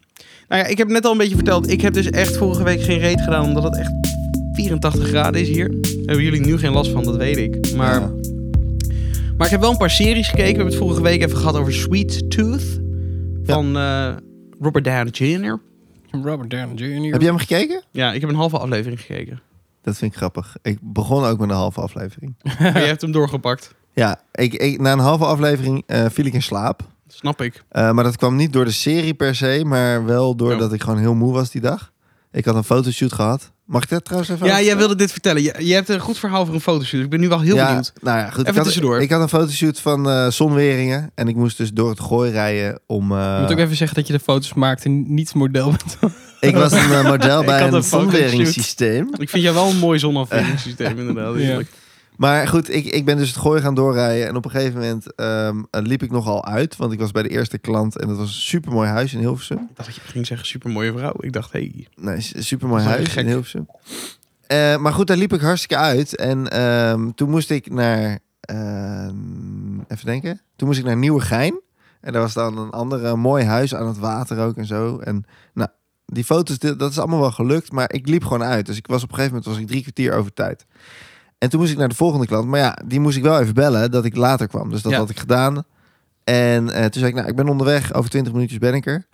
B: Nou ja, ik heb net al een beetje verteld. Ik heb dus echt vorige week geen reet gedaan, omdat het echt 84 graden is hier. Daar hebben jullie nu geen last van, dat weet ik. Maar,
A: Ja.
B: maar ik heb wel een paar series gekeken. We hebben het vorige week even gehad over Sweet Tooth van eh, Robert Downey Jr.
D: Robert Downey Jr.
A: Heb jij hem gekeken?
B: Ja, ik heb een halve aflevering gekeken.
A: [laughs] Dat vind ik grappig. Ik begon ook met een halve aflevering.
B: Maar je hebt hem doorgepakt.
A: Ja, ik, ik, na een halve aflevering eh, viel ik in slaap.
B: Snap ik.
A: Eh, maar dat kwam niet door de serie per se, maar wel doordat
B: Oh.
A: ik gewoon heel moe was die dag. Ik had een fotoshoot gehad. Mag ik dat trouwens even?
B: Ja, jij wilde dit vertellen. Je, je hebt een goed verhaal voor een fotoshoot. Ik ben nu wel heel
A: ja,
B: benieuwd.
A: Nou ja, goed.
B: Even
A: ik had,
B: tussendoor.
A: Ik had een fotoshoot van eh Zonweringen en ik moest dus door het gooi rijden om... eh,
D: Je moet ook even zeggen dat je de foto's maakt en niet model bent.
A: Ik was een eh, model
B: [laughs] Ik
A: bij
B: had
A: een
B: een fotoshoot.
A: zonweringssysteem.
B: Ik vind jou wel een mooi
A: [laughs]
B: zonafweringssysteem
A: Oh,
B: inderdaad.
D: Ja.
A: Maar goed, ik, ik ben dus het gooi gaan doorrijden. En op een gegeven moment ehm, eh, liep ik nogal uit. Want ik was bij de eerste klant en dat was een supermooi huis in Hilversum.
B: Ik dacht dat je ging zeggen supermooie vrouw. Ik dacht, hey.
A: Nee, s- supermooi
B: Dat is wel
A: huis
B: gek.
A: in Hilversum. Eh, maar goed, daar liep ik hartstikke uit. En ehm, toen moest ik naar... ehm, even denken. Toen moest ik naar Nieuwegein. En daar was dan een ander eh, mooi huis aan het water ook en zo. En nou, die foto's, di- dat is allemaal wel gelukt. Maar ik liep gewoon uit. Dus ik was op een gegeven moment was ik drie kwartier over tijd. En toen moest ik naar de volgende klant. Maar ja, die moest ik wel even bellen dat ik later kwam. Dus dat
B: Ja.
A: had ik gedaan. En eh, toen zei ik, nou, ik ben onderweg. Over 20 minuutjes ben ik er.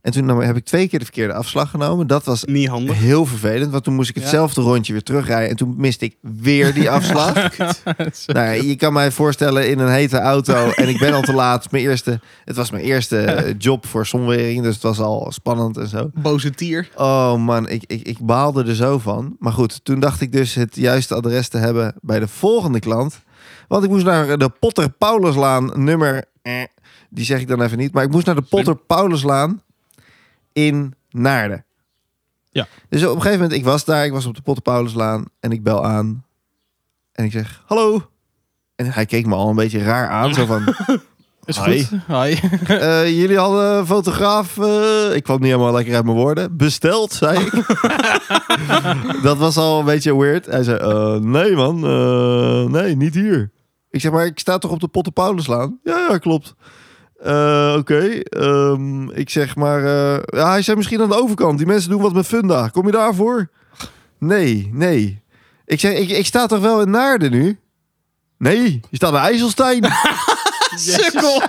A: En toen nam- heb ik twee keer de verkeerde afslag genomen. Dat was
B: Niet handig.
A: [laughs] heel vervelend, want toen moest ik hetzelfde rondje weer terugrijden. En toen miste ik weer die afslag. nou, ja, je kan mij voorstellen in een hete auto. En ik ben al te laat. Het, is mijn eerste, het was mijn eerste eh, job voor zonwering, dus het was al spannend en zo.
B: Boze
A: [laughs]
B: tier.
A: Oh man, ik, ik, ik baalde er zo van. Maar goed, toen dacht ik dus het juiste adres te hebben bij de volgende klant. Want ik moest naar de Potter Pauluslaan nummer... eh, die zeg ik dan even niet. Maar ik moest naar de Potter Pauluslaan in Naarden.
D: Ja.
A: Dus op een gegeven moment, ik was daar. Ik was op de Potter Pauluslaan en ik bel aan. En ik zeg, hallo. En hij keek me al een beetje raar aan. Zo van,
D: Is
A: Hi.
D: goed. Hi. [laughs]
A: eh, jullie hadden een fotograaf. eh, ik kwam niet helemaal lekker uit mijn woorden. Besteld, zei ik. dat was al een beetje weird. Hij zei: eh, Nee, man. eh, nee, niet hier. Ik zeg: Maar ik sta toch op de Potten Pauluslaan? Ja, ja, klopt. Eh, Oké. ehm, ik zeg maar. eh, ja, hij zei misschien aan de overkant. Die mensen doen wat met Funda. Kom je daarvoor? Nee, nee. Ik zeg: Ik, ik sta toch wel in Naarden nu? Nee, je staat bij IJsselstein. [laughs]
B: Sukkel.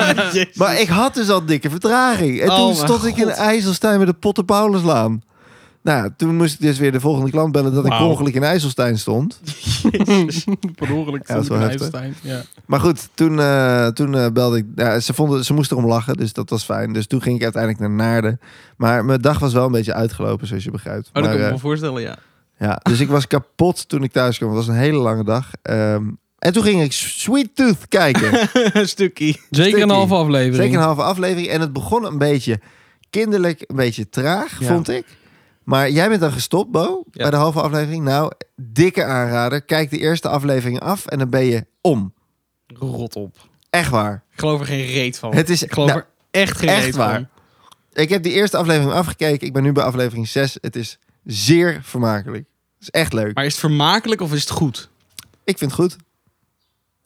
B: [laughs]
A: Maar ik had dus al dikke vertraging. En
B: Oh,
A: toen
B: mijn
A: stond ik in
B: God.
A: IJsselstein met de Potter Pauluslaan. Nou, ja, toen moest ik dus weer de volgende klant bellen dat ik per
D: Wauw.
A: ongeluk in IJsselstein stond.
D: Per ongeluk
A: Ja, dat is wel
D: van
A: heftig.
D: IJsselstein. Ja. Oh,
A: Maar goed, toen, eh, toen eh, belde ik. Ja, ze, vonden, ze moesten erom lachen, dus dat was fijn. Dus toen ging ik uiteindelijk naar Naarden. Maar mijn dag was wel een beetje uitgelopen, zoals je begrijpt.
B: Oh, dat
A: maar,
B: kan ik
A: eh,
B: me voorstellen, ja.
A: ja, dus ik was kapot toen ik thuis kwam. Het was een hele lange dag. Ehm, en toen ging ik Sweet Tooth kijken.
B: een stukje.
D: Zeker een
A: Sticky.
D: halve aflevering.
A: Zeker een halve aflevering. En het begon een beetje kinderlijk, een beetje traag,
B: Ja.
A: vond ik. Maar jij bent dan gestopt, Bo,
B: Ja.
A: bij de halve aflevering. Nou, dikke aanrader. Kijk de eerste aflevering af en dan ben je om.
B: Rot op.
A: Echt waar.
B: Ik geloof er geen reet van.
A: Het is
B: ik geloof
A: nou,
B: er echt geen
A: echt
B: reet
A: waar.
B: van.
A: Ik heb die eerste aflevering afgekeken. Ik ben nu bij aflevering 6. Het is zeer vermakelijk. Het is echt leuk.
B: Maar is het vermakelijk of is het goed?
A: Ik vind het goed.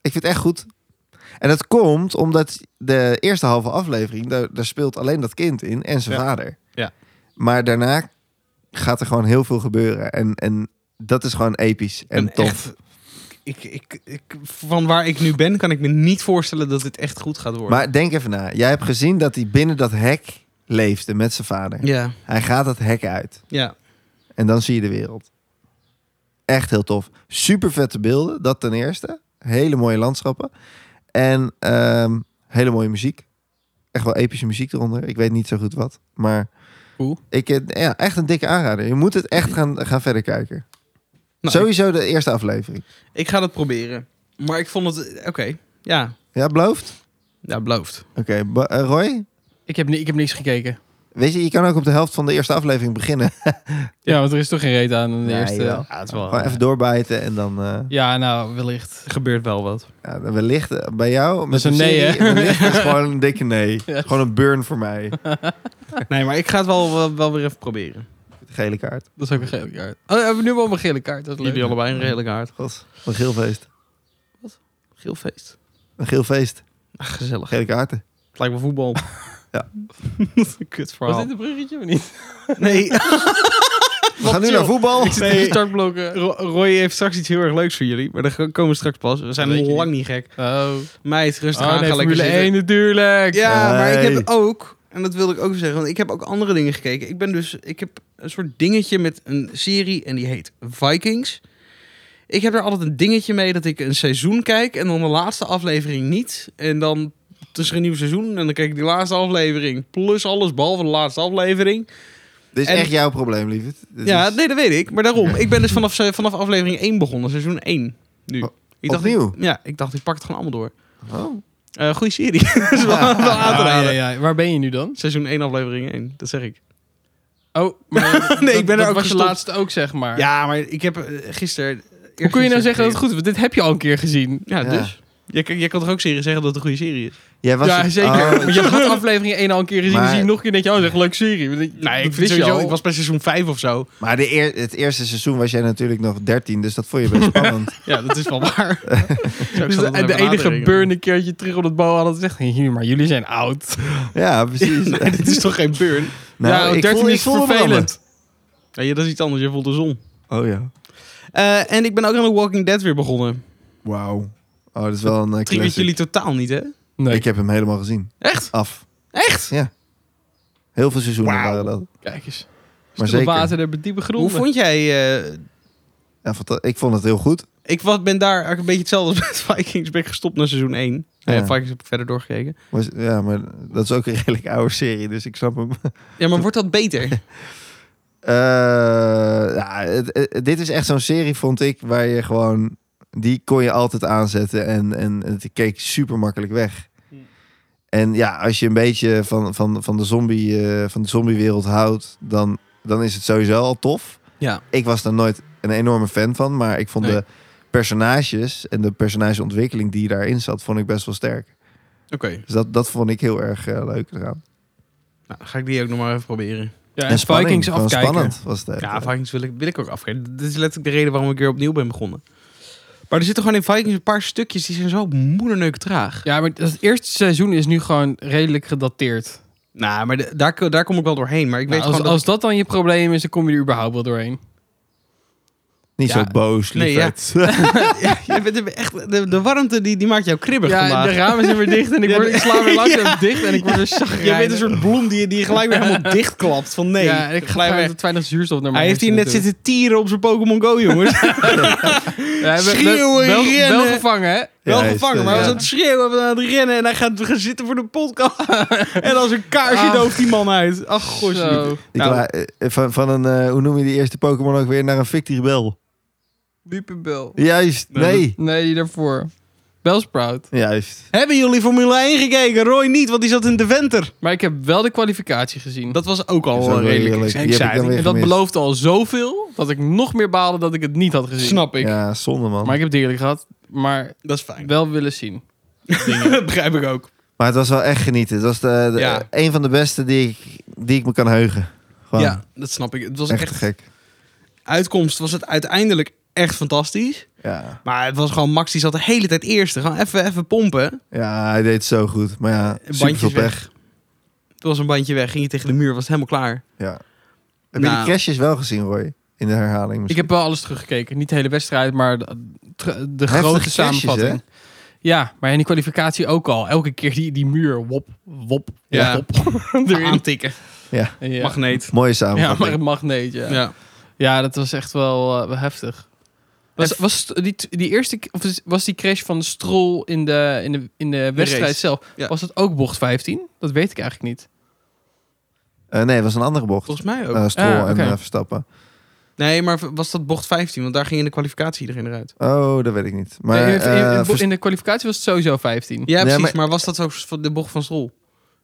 A: Ik vind het echt goed. En dat komt omdat de eerste halve aflevering, daar, daar speelt alleen dat kind in en zijn
B: Ja.
A: vader.
B: Ja.
A: Maar daarna gaat er gewoon heel veel gebeuren. En, en dat is gewoon episch en,
B: En
A: tof.
B: echt, ik, ik, ik, van waar ik nu ben, kan ik me niet voorstellen dat dit echt goed gaat worden.
A: Maar denk even na. Jij hebt gezien dat hij binnen dat hek leefde met zijn vader.
B: ja,
A: Hij gaat dat hek uit.
B: ja.
A: En dan zie je de wereld. Echt heel tof. Super vette beelden, dat ten eerste. Hele mooie landschappen. En ehm, hele mooie muziek. Echt wel epische muziek eronder. Ik weet niet zo goed wat. Maar
D: Cool.
A: ik, eh, ja, echt een dikke aanrader. Je moet het echt gaan, gaan verder kijken.
B: Nou,
A: Sowieso de eerste aflevering.
B: ik, ik ga dat proberen. Maar ik vond het... eh, Oké, ja.
A: Ja, beloofd?
B: Ja, beloofd.
A: Oké, Ba- eh, Roy?
D: Ik heb, ni- ik heb niks gekeken.
A: Oké, Weet je, je kan ook op de helft van de eerste aflevering beginnen.
D: Ja, want er is toch geen reet aan in de
A: Nee,
D: eerste.
A: jawel.
B: Ja, het is wel...
A: Gewoon even doorbijten en dan... eh,
D: Ja, nou, wellicht.
B: gebeurt wel wat.
A: Ja, dan wellicht eh, bij jou. Met
D: een nee,
A: serie,
D: hè?
A: Wellicht is gewoon een dikke nee.
D: Ja.
A: Gewoon een burn voor mij.
B: [laughs] Nee, maar ik ga het wel, wel, wel weer even proberen.
A: Gele kaart.
D: Dat is ook een gele kaart. Oh, we hebben nu wel een gele kaart. Dat is leuk.
B: Jullie allebei een redelijk hard.
A: God, wat een geel feest.
B: Geel feest.
A: Een geel feest.
B: Ach, gezellig.
A: Gele kaarten.
B: Het lijkt me voetbal. [laughs]
A: Ja.
B: Dat is een kut
D: Was
B: verhaal.
D: dit een bruggetje of niet?
B: Nee, [laughs]
A: We gaan nu naar voetbal.
D: Nee.
B: nee.
D: Startblokken.
B: Ro- Roy heeft straks iets heel erg leuks voor jullie. Maar daar gaan- komen we straks pas. We zijn
D: Weet
B: nog
D: je
B: lang niet gek.
D: [laughs] Oh,
B: Meid, rustig aan.
D: oh nee,
B: ga lekker
D: Formule
B: zitten.
D: 1 natuurlijk.
B: Ja, maar ik
A: Nee.
B: heb ook, en dat wilde ik ook zeggen, want ik heb ook andere dingen gekeken. Ik ben dus, ik heb een soort dingetje met een serie en die heet Vikings. Ik heb er altijd een dingetje mee dat ik een seizoen kijk en dan de laatste aflevering niet. En dan het is er een nieuw seizoen en dan kijk ik die laatste aflevering plus alles behalve de laatste aflevering.
A: Dit is
B: En-
A: echt jouw probleem, lieverd. Dit
B: ja,
A: is
B: nee, dat weet ik. Maar daarom, ik ben dus vanaf, se- vanaf aflevering 1 begonnen, seizoen 1 nu.
A: O-
B: Ik dacht,
A: opnieuw?
B: Ik, ja, ik dacht, ik pak het gewoon allemaal door.
A: Oh.
B: Eh goede serie. [laughs] Dat is wel, wel aan te
D: Ah,
B: raden.
D: ja, ja. Waar ben je nu dan?
B: Seizoen 1, aflevering 1. Dat zeg ik.
D: Oh, maar
B: [laughs] Nee, ik
D: dat-
B: ben er
D: dat
B: ook
D: was
B: gestopt.
D: je laatste ook, zeg maar.
B: Ja, maar ik heb eh, gisteren...
D: Hoe kun je nou zeggen dat het goed is? Want dit heb je al een keer gezien.
B: Ja,
A: Ja.
B: dus. Jij, kan- jij kan toch ook serie zeggen dat het een goede serie is?
A: Jij was
D: ja, zeker.
A: Oh,
D: Want je hebt de aflevering 1 al een keer gezien.
A: Maar-
D: Dan zie je nog een keer dat je, oh, zeg, leuk serie. Nee,
B: ik, vind sowieso, ik was bij seizoen 5 of zo.
A: maar de eer- het eerste seizoen was jij natuurlijk nog 13, dus dat vond je best spannend.
B: Ja, dat is wel waar.
D: Dus de, de enige burn een keertje terug op het bal had, dat zegt, "Hier, maar jullie zijn oud.
A: ja, precies.
B: [laughs] Nee, dit is toch geen burn?
A: Nou,
D: ja,
A: ik
D: 13
A: voel- ik
D: is
A: voel hem
D: vervelend.
B: Nee, dat is iets anders. Je voelt de zon.
A: wel. Oh ja.
B: Eh, en ik ben ook aan The Walking Dead weer begonnen.
A: Wauw. Oh, dat is wel een eh,
B: Triggert
A: classic.
B: jullie totaal niet, hè?
D: Nee,
A: Ik heb hem helemaal gezien.
B: Echt?
A: Af.
B: Echt?
A: Heel veel seizoenen
B: Wauw.
A: waren dat.
D: kijk eens.
A: Maar
D: Maar
A: zeker.
D: water hebben diepe
B: Hoe
D: gronden.
B: vond jij... eh,
A: Ja, fanta- ik vond het heel goed.
B: ik was, ben daar eigenlijk een beetje hetzelfde als met [laughs] Vikings. Ben ik gestopt na seizoen 1.
A: Ja.
B: Vikings heb ik verder doorgekeken.
A: Maar- ja, maar dat is ook een [laughs] redelijk oude serie, dus ik snap hem. [laughs]
B: Ja, maar wordt dat beter?
A: Eh, ja, het- het- dit is echt zo'n serie, vond ik, waar je gewoon... Die kon je altijd aanzetten en, en het keek super makkelijk weg.
B: Hm.
A: En ja, als je een beetje van, van, van, de, zombie, eh, van de zombiewereld houdt, dan, dan is het sowieso al tof.
B: Ja.
A: Ik was daar nooit een enorme fan van, maar ik vond
B: Nee.
A: de personages en de personageontwikkeling die daarin zat, vond ik best wel sterk.
B: [laughs] Oké.
A: Dus dat, dat vond ik heel erg eh, leuk eraan.
B: Nou, ga ik die ook nog maar even proberen.
D: Ja, en
A: En spanning,
D: Vikings
A: gewoon
D: afkijken.
A: spannend was
D: Eh,
A: het.
B: Ja,
A: echt.
B: Vikings wil ik, wil ik ook afgeven. Dit is letterlijk de reden waarom ik weer opnieuw ben begonnen. Maar er zitten gewoon in Vikings een paar stukjes die zijn zo moederneuk traag.
D: Ja, maar het eerste seizoen is nu gewoon redelijk gedateerd.
B: Nou, maar de- daar, ko- daar kom ik wel doorheen. Maar ik
D: Nou,
B: weet
D: als,
B: gewoon
D: als dat dan je probleem is, dan kom je er überhaupt wel doorheen.
A: Niet
D: Ja.
A: zo boos,
B: Nee, ja.
A: lieverd.
B: [laughs] dat... je bent echt, de, de warmte die, die maakt jou kribbig
D: Ja,
B: vandaag.
D: de ramen zijn weer dicht en ik,
B: Ja,
D: word,
B: de-
D: ik
B: [laughs]
D: sla weer langzaam
B: Ja.
D: dicht en ik word weer chagrijnig.
B: [laughs] Je bent een soort bloem die, die je gelijk weer
D: [laughs]
B: helemaal dichtklapt. Van nee,
D: ja, ik
B: glij
D: ga
B: weg.
D: weer te weinig zuurstof naar mijn
B: Hij heeft hier net
D: hersenen toe.
B: zitten tieren op zijn Pokémon Go, jongens.
D: [laughs] Ja, we- we-
B: schreeuwen,
D: wel, wel
B: rennen.
D: gevangen, hè?
B: Wel
A: Ja,
B: gevangen,
A: is,
D: eh,
B: maar hij was
A: ja.
B: aan het schreeuwen en aan het rennen. En hij gaat, gaat zitten voor de
D: [laughs]
B: podcast. en als een kaarsje
D: Ah.
B: dooft die man uit. Ach, goh.
D: Zo.
A: Die
B: Nou.
A: kla- eh, van, van een, eh, hoe noem je die eerste Pokémon ook weer, naar een fictieve bel.
D: Wiepenbel.
A: Juist, nee.
D: Nee, die daarvoor. Belsprout.
A: Juist.
B: Hebben jullie Formule 1 gekeken? Roy niet, want die zat in Deventer.
D: Maar ik heb wel de kwalificatie gezien.
B: Dat was ook
A: Dat
B: al
A: is ook
B: eh, redelijk
A: redelijk. Die heb ik dan
B: exciting.
A: weer
D: en dat
A: gemist.
D: beloofde al zoveel dat ik nog meer baalde dat ik het niet had gezien.
B: Snap ik.
A: Ja, zonde man.
D: Maar
A: Maar,
D: ik heb het eerlijk gehad, maar
B: Dat is [laughs] fijn.
D: wel willen zien.
B: Dat begrijp ik ook.
A: het was wel echt genieten. Het was de, de-
B: Ja.
A: een van de beste die ik, die ik me kan heugen. Gewoon,
B: Ja, dat snap ik. Het was
A: echt,
B: echt,
A: te gek.
B: uitkomst was het uiteindelijk echt fantastisch.
A: Ja.
B: Maar het was gewoon Max die zat de hele tijd eerste. Gewoon even, even pompen.
A: ja, hij deed het zo goed. Maar ja, super veel
B: Eh, Bandjes
A: pech.
B: weg. Het was een bandje weg. Ging je tegen de muur, was het helemaal klaar.
A: Ja. Heb je
B: Nou.
A: die crashes wel gezien, Roy? In de herhaling
D: Ik
A: misschien?
D: heb wel alles teruggekeken. Niet de hele wedstrijd, maar de, de
A: Heftige
D: grote
A: crashes,
D: samenvatting.
A: hè?
D: Ja, maar in die kwalificatie ook al. Elke keer die, die muur, wop, wop,
B: Ja.
D: wop,
B: [laughs]
D: wop, erin.
B: Aantikken.
D: Ja.
B: Magneet.
A: Mooie
D: ja,
A: samenvatting.
D: maar een magneet, ja. ja.
B: Ja.
D: dat was echt wel, eh, wel heftig. Was,
B: Hef-
D: was t- die, t- die eerste, k- of is- was die crash van de strol in de, in de, in de wedstrijd
B: race.
D: zelf,
B: Ja.
D: was dat ook bocht 15? Dat weet ik eigenlijk niet.
A: Eh, nee, het was een andere bocht.
B: Volgens mij ook.
A: Eh, Stroll
D: Ah, oké.
A: en eh, Verstappen.
B: Nee, maar was dat bocht 15? Want daar ging in de kwalificatie iedereen eruit.
A: Oh, dat weet ik niet. Maar
D: Nee, in, in- in-
A: eh,
D: in-
A: Verst-
D: in de kwalificatie was het sowieso 15.
B: Ja, precies.
A: maar-
B: maar... was dat ook van de bocht van Strol?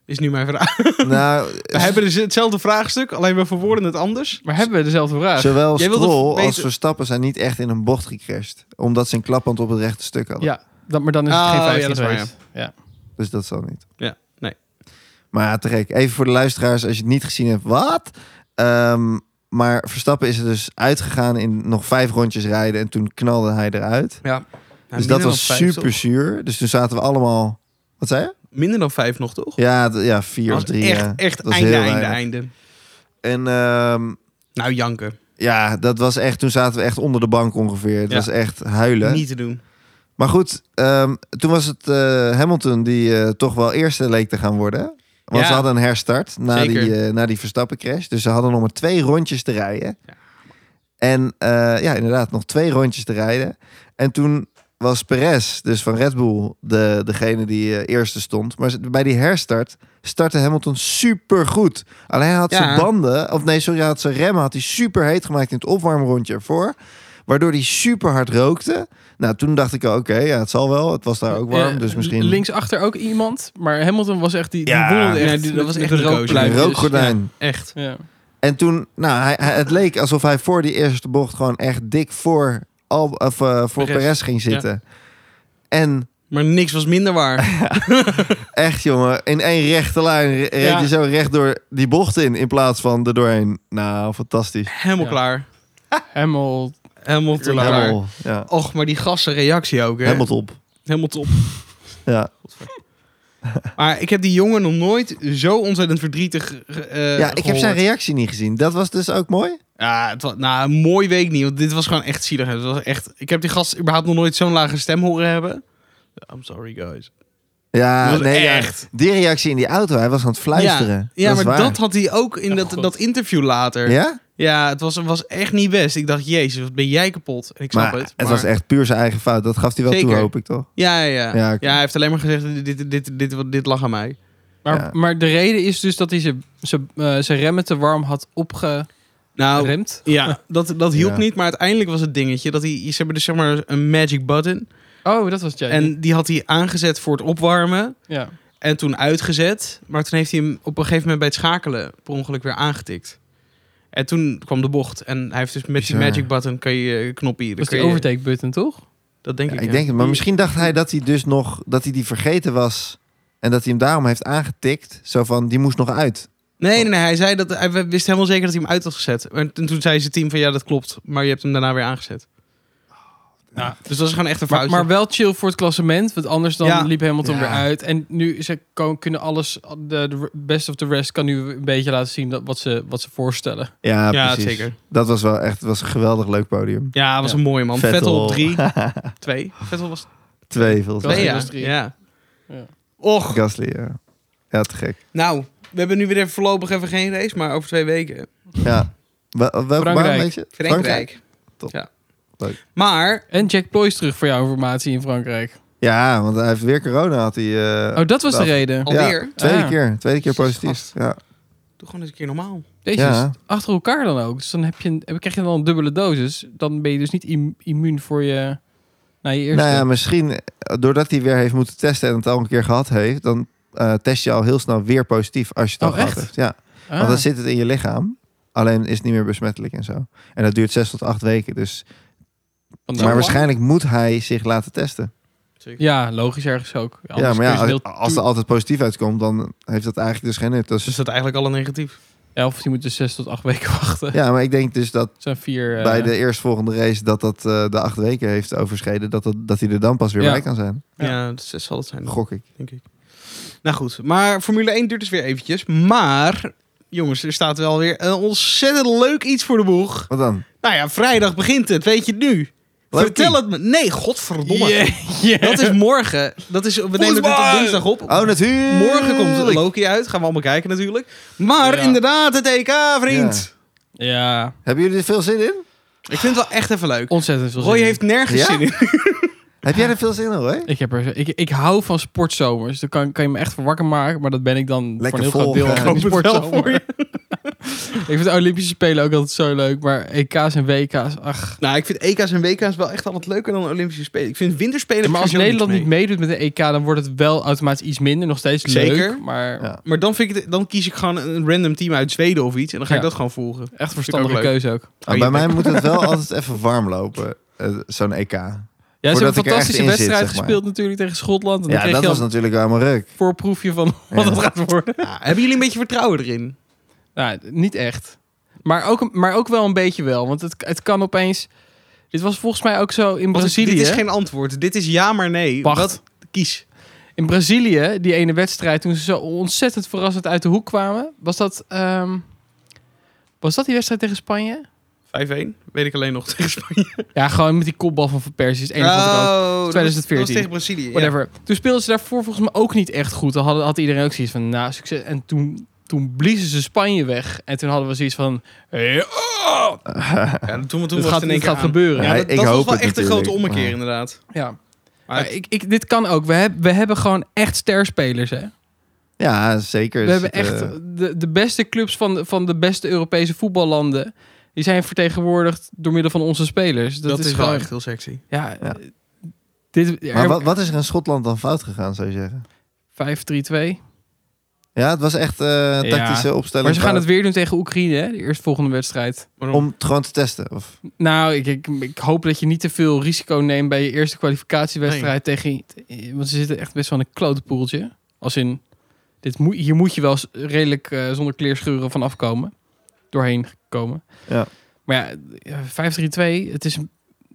B: Is nu mijn
A: [laughs]
B: vraag. [laughs]
A: Nou,
B: We hebben dus hetzelfde vraagstuk, alleen we verwoorden het anders.
D: Maar hebben we dezelfde vraag?
A: zowel
B: Jij wilde
A: Stroll
B: weten-
A: als Verstappen zijn niet echt in een bocht gecrashed. Omdat ze een klaphand op het rechte stuk hadden.
D: Ja, dat, maar dan is het
B: Oh,
D: geen
B: ja,
D: 15
B: dat is waar,
D: geweest. ja.
A: Dus dat zal niet.
B: Ja, nee.
A: Maar ja, te gek. Even voor de luisteraars, als je het niet gezien hebt, wat? Ehm, maar Verstappen is er dus uitgegaan in nog vijf rondjes rijden en toen knalde hij eruit. dus dat was super zuur. Dus toen zaten we allemaal... Wat zei je?
B: Minder dan vijf nog, toch?
A: Ja, d- ja vier
B: Dat
A: of
B: was
A: drie. ja.
B: echt, echt
A: Dat was
B: einde,
A: heel
B: einde,
A: weinig.
B: einde.
A: En ehm,
B: Nou, janken.
A: ja, dat was echt... Toen zaten we echt onder de bank ongeveer. Het
B: Ja.
A: was echt huilen.
B: Niet te doen.
A: Maar goed, ehm, toen was het eh, Hamilton die eh, toch wel eerste leek te gaan worden. Want
B: Ja.
A: ze hadden een herstart na die,
B: Zeker.
A: eh, na die Verstappen crash. Dus ze hadden nog maar twee rondjes te rijden.
B: Ja.
A: En eh, ja, inderdaad, nog twee rondjes te rijden. En toen was Perez, dus van Red Bull, de, degene die eh, eerste stond. Maar ze- bij die herstart startte Hamilton supergoed. Alleen hij had
B: Ja.
A: zijn banden, of nee, sorry, hij had zijn remmen had hij super heet gemaakt in het opwarmrondje ervoor. Waardoor hij super hard rookte. Nou, toen dacht ik al, oké, ja, het zal wel. Het was daar ook warm,
D: Eh,
A: dus misschien...
D: Linksachter ook iemand, maar Hamilton was echt die. die
A: Ja.
D: woelde echt.
B: Ja, die-
D: dat was
B: met
D: echt
B: een
D: een
A: een
B: rookpluim.
D: rookpluim.
A: rookgordijn.
B: Echt.
D: dus, Ja.
A: En toen, nou, hij, hij- het leek alsof hij voor die eerste bocht gewoon echt dik voor, Al, of, eh, voor
D: Perez.
A: Perez ging zitten. En
B: Maar niks was
A: [laughs]
B: minder waar.
A: echt, jongen, in één rechte lijn re- reed
D: Ja.
A: je zo recht door die bocht in, in plaats van er doorheen. Nou, fantastisch.
B: Helemaal
D: Ja.
B: klaar.
D: Hamilton.
B: Helemaal te klaar.
A: Helemaal, ja.
B: Och, maar die gassen reactie ook, hè?
A: Helemaal top.
B: Helemaal top.
A: Ja.
B: Maar ik heb die jongen nog nooit zo ontzettend verdrietig eh
A: ja, ik heb zijn
B: gehoord.
A: reactie niet gezien. Dat was dus ook mooi.
B: Ja, het was, nou, een mooi week niet. Want dit was gewoon echt zielig. Het was echt, ik heb die gast überhaupt nog nooit zo'n lage stem horen hebben. I'm sorry, guys.
A: Ja,
B: Dat was
A: nee, ja.
B: echt.
A: die reactie in die auto, hij was aan het fluisteren.
B: Ja,
A: dat is
B: maar
A: waar.
B: dat had hij ook in
D: Ja,
B: dat,
D: God.
B: dat interview later. Ja,
A: Ja?
B: het was, was echt niet best. Ik dacht, jezus, wat ben jij kapot? En ik snap
A: Maar
B: het.
A: het
B: maar-
A: was echt puur zijn eigen fout. Dat gaf hij wel toe,
B: Zeker.
A: hoop ik toch?
B: Ja, ja, ja.
A: Ja, oké.
B: ja, hij heeft alleen maar gezegd, dit, dit, dit, dit, dit, lag aan mij.
D: Maar,
A: Ja.
D: maar de reden is dus dat hij zijn- zijn eh, zijn remmen te warm had opgeremd.
B: Nou, ja, dat, dat hielp
A: Ja.
B: niet. Maar uiteindelijk was het dingetje dat hij... Ze hebben dus zeg maar een magic button.
D: Oh, dat was het. Ja.
B: En die had hij aangezet voor het opwarmen.
D: ja.
B: En toen uitgezet. Maar toen heeft hij hem op een gegeven moment bij het schakelen per ongeluk weer aangetikt. En toen kwam de bocht. En hij heeft dus met die
A: Bizar.
B: magic button kan je eh, knoppie...
D: Dat is
B: kan
D: die
B: je-
D: overtake button, toch?
B: Dat denk
A: Ja,
B: ik,
A: ik
B: ja.
A: denk het. Maar misschien dacht hij dat hij dus nog dat hij die vergeten was en dat hij hem daarom heeft aangetikt. Zo van die moest nog uit.
B: Nee, nee, nee. Hij zei dat... Hij wist helemaal zeker dat hij hem uit had gezet. En toen, toen zei zijn team van... Ja, dat klopt. Maar je hebt hem daarna weer aangezet.
D: Ja.
B: Dus dat is gewoon echt een
D: Maar,
B: foutje.
D: maar wel chill voor het klassement, want anders dan
B: Ja.
D: liep Hamilton
A: Ja.
D: weer uit. En nu ze ko- kunnen alles, de, de best of the rest kan nu een beetje laten zien dat, wat, ze, wat ze voorstellen.
A: Ja,
B: ja,
A: precies.
B: zeker.
A: Dat was wel echt het was een geweldig leuk podium.
B: Ja, was
D: Ja.
B: een mooie man.
A: Vettel.
B: Vettel, op
A: [laughs]
B: drie. twee. Vettel was
A: Twee volgens
D: Dat
A: mij.
B: twee, ja.
D: was drie.
B: ja.
D: Ja.
B: Och,
A: Gasly, ja. Ja, te gek.
B: nou, we hebben nu weer even voorlopig even geen race, maar over twee weken
A: Ja. Wa- wa- Welke
D: Frankrijk.
A: baan weet je?
B: Frankrijk.
A: Top.
B: Ja.
A: Leuk.
B: Maar
D: En Jack Ploys terug voor jouw informatie in Frankrijk.
A: Eh, Ja, want hij heeft weer corona had hij. eh,
D: Oh, dat was de
A: dag.
D: reden.
A: Ja,
B: alweer,
A: Tweede
D: Ah.
A: keer, tweede keer
B: Jezus,
A: positief.
B: gast.
A: Ja.
B: doe gewoon eens een keer normaal.
D: Deze
A: Ja.
D: is achter elkaar dan ook. Dus dan heb je een, heb- krijg je dan een dubbele dosis. Dan ben je dus niet im- immuun voor je, naar je eerste.
A: Nou ja, misschien eh, doordat hij weer heeft moeten testen en het al een keer gehad heeft, dan eh, test je al heel snel weer positief als je het al
D: Oh,
A: gehad
D: echt?
A: hebt. Ja.
D: Ah.
A: Want dan zit het in je lichaam. Alleen is het niet meer besmettelijk en zo. En dat duurt zes tot acht weken. Dus.
D: Want
A: maar
D: dan-
A: waarschijnlijk moet hij zich laten testen.
D: Ja, logisch ergens ook.
A: ja,
D: Anders
A: maar
D: kun je ze
A: ja, als,
D: heel-
A: als er altijd positief uitkomt, dan heeft dat eigenlijk dus geen nut.
B: Dus
A: Dus,
B: dat eigenlijk al een negatief.
D: Ja, of je moet dus zes tot acht weken [laughs] wachten.
A: ja, maar ik denk dus dat
D: Het zijn vier... eh,
A: bij
D: [laughs]
A: de eerstvolgende race dat dat eh, de acht weken heeft overschreden. Dat, dat, dat hij er dan pas weer
D: Ja.
A: bij kan zijn.
B: Ja,
D: Ja.
B: dat is- zal het zijn,
A: Gok ik.
B: denk ik. Nou goed, maar Formule 1 duurt dus weer eventjes. Maar, jongens, er staat wel weer een ontzettend leuk iets voor de boeg.
A: Wat dan?
B: Nou ja, vrijdag begint het, weet je het nu? Vertel het me. Nee, godverdomme.
D: Jeetje.
B: Dat is morgen. Dat is, we nemen dit op
D: Voetbal!
B: dinsdag op.
A: Oh, natuurlijk!
B: Morgen komt Loki uit. Gaan we allemaal kijken natuurlijk. Maar
D: Ja.
B: inderdaad, het EK, vriend.
D: Ja,
A: Hebben jullie er veel zin in?
B: Ik vind het wel echt even leuk.
D: ontzettend veel
B: Roy
D: zin in.
B: heeft nergens
A: Ja?
B: zin in.
A: Heb jij er veel zin in, Ah, hoor?
D: Ik, heb er, ik, ik hou van sportzomers. Dan kan, kan je me echt voor wakker maken. Maar dat ben ik dan
A: Lekker
D: voor een heel
A: vol,
D: groot deel
A: ja.
D: van die
B: Ik hoop het wel
D: sportzomer. [laughs] Ik vind de Olympische Spelen ook altijd zo leuk. Maar EK's en WK's, ach.
B: Nou, ik vind EK's en WK's wel echt altijd leuker dan de Olympische Spelen. Ik vind winterspelen...
D: Maar als
B: sowieso
D: Nederland
B: niks
D: niet meedoet met de EK, dan wordt het wel automatisch iets minder. Nog steeds
B: Zeker.
D: leuk, maar
A: Ja.
B: mee. Maar dan, vind ik, het- dan kies ik gewoon een random team uit Zweden of iets. En dan ga ik
D: Ja.
B: dat gewoon volgen.
D: echt verstandige
B: leuk.
D: keuze ook.
A: Maar bij mij moet het wel altijd even warm lopen, eh, zo'n EK.
D: Ja, ze
A: Voordat
D: hebben
A: ik er echt
D: een fantastische
A: in zit,
D: wedstrijd
A: zeg maar.
D: gespeeld natuurlijk tegen Schotland. En dan
A: Ja,
D: kreeg
A: dat
D: je al
A: was natuurlijk wel helemaal ruk.
D: een voorproefje van [laughs] wat
A: Ja.
D: het gaat worden.
B: Ja, hebben jullie een beetje vertrouwen erin?
D: Nou, niet echt. Maar ook, maar ook wel een beetje wel. Want het, het kan opeens... Dit was volgens mij ook zo in
B: Want
D: Brazilië.
B: dit is geen antwoord. Dit is ja, maar nee.
D: Wacht.
B: Wat? Kies.
D: In Brazilië, die ene wedstrijd, toen ze zo ontzettend verrassend uit de hoek kwamen, was dat, ehm, was dat die wedstrijd tegen Spanje?
B: 5-1. Weet ik alleen nog [laughs] tegen Spanje.
D: Ja, gewoon met die kopbal van Van Persie. is het enige wat er ook-
B: Oh,
D: 2014.
B: Dat was tegen Brazilië. ja.
D: Whatever. Toen speelden ze daarvoor volgens mij ook niet echt goed. Dan had, had iedereen ook zoiets van, nou, succes. En toen, toen bliezen ze Spanje weg. En toen hadden we zoiets van, hey, oh,
B: Ja, toen, toen
D: dit
B: was
D: gaat,
B: het in één
D: dit
B: keer
D: gaat
B: aan.
D: gebeuren.
B: Ja,
D: Ja.
A: Ja,
B: dat,
A: ik
B: dat was
A: hoop
B: wel
A: het
B: echt een grote
A: natuurlijk,
B: ommekeer,
A: maar-
B: inderdaad. Maar
D: Maar ik, ik, dit kan ook. We, hebben we hebben gewoon echt sterspelers, hè.
A: [laughs] Ja, zeker.
D: We hebben
A: Zit,
D: echt
A: eh,
D: de, de beste clubs van de, van de beste Europese voetballanden. Die zijn vertegenwoordigd door middel van onze spelers. Dat, is, gewoon.
B: heel sexy.
D: Ja,
A: Ja.
D: eh, Dit,
A: Maar wat, wat is er in Schotland dan fout gegaan, zou je zeggen?
D: 5-3-2.
A: Ja, het was echt eh, tactische opstelling.
D: Maar ze gaan
A: fout.
D: het weer doen tegen Oekraïne, hè? De eerstvolgende wedstrijd.
B: Om...
A: Om het gewoon te testen. Of...
D: Nou, ik, ik, ik hoop dat je niet te veel risico neemt bij je eerste kwalificatiewedstrijd. Tegen, eh, want ze zitten echt best wel in een klote poeltje. Als in, dit moet, hier moet je wel s- redelijk eh, zonder kleerscheuren van afkomen. Doorheen komen.
A: Ja.
D: Maar ja, 5-3-2, het is een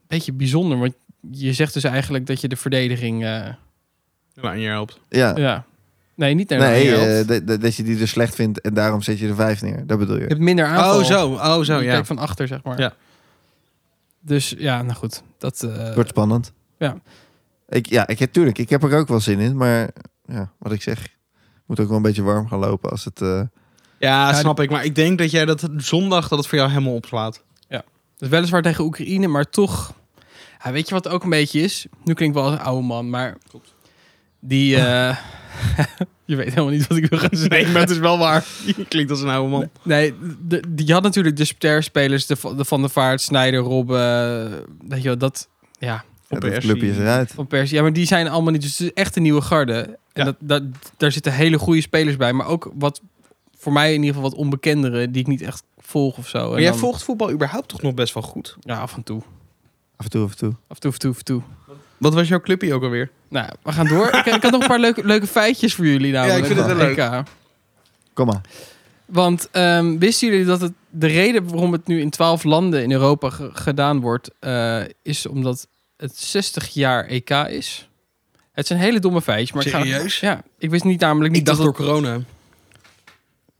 D: beetje bijzonder. Want je zegt dus eigenlijk dat je de verdediging... eh,
B: Nou, je helpt.
A: Ja.
D: ja. Nee, niet naar
A: Nee,
D: de helft.
A: eh, dat- dat- dat je die dus slecht vindt en daarom zet je er vijf neer. Dat bedoel
D: Je
A: je.
D: hebt minder aanval.
B: Oh, zo. Oh, zo,
D: je
B: ja.
D: kijkt van achter, zeg maar.
B: Ja.
D: Dus ja, nou goed. Dat, eh,
A: Wordt spannend.
D: ja.
A: Ik, ja, ik, tuurlijk, ik heb er ook wel zin in. Maar ja, wat ik zeg, moet ook wel een beetje warm gaan lopen als het... eh,
B: Ja,
D: Ja,
B: snap ik. Maar ik denk dat jij dat zondag dat het voor jou helemaal opslaat.
D: Dus weliswaar tegen Oekraïne, maar toch. Ja, weet je wat ook een beetje is? Nu klink ik wel als een oude man, maar. Die. eh, [laughs] je weet helemaal niet wat ik wil gaan zeggen.
B: [laughs] Nee, maar het is wel waar. Je [laughs] klinkt als een oude man.
D: Nee, de, die had natuurlijk de sterspelers, de, Va- de Van der Vaart, Snijder, Rob. eh, weet je wel, dat. Ja,
A: ja, dat
B: Persie.
A: clubje is eruit.
D: van Persie. Ja, maar die zijn allemaal niet. Dus het is echt een nieuwe garde. En
B: Ja.
D: dat, dat, daar zitten hele goede spelers bij, maar ook wat. Voor mij in ieder geval wat onbekendere die ik niet echt volg of zo. En
B: Maar jij
D: dan-
B: volgt voetbal überhaupt toch nog best wel goed?
D: Ja, af en toe.
A: Af en toe, af en toe.
D: Af en toe, af en toe, af en toe.
B: Wat was jouw clubje ook alweer?
D: Nou, we gaan door. ik, ik had nog een paar leuke, leuke feitjes voor jullie. Namelijk,
B: Ja, ik vind
A: het
D: van
B: wel leuk.
D: EK.
A: Kom maar.
D: Want ehm, wisten jullie dat het, de reden waarom het nu in twaalf landen in Europa ge- gedaan wordt, eh, is omdat het 60 jaar EK is? Het zijn hele domme feitjes, maar ik
B: Serieus?
D: ga. Ja, ik wist niet namelijk niet dat. het-
B: corona.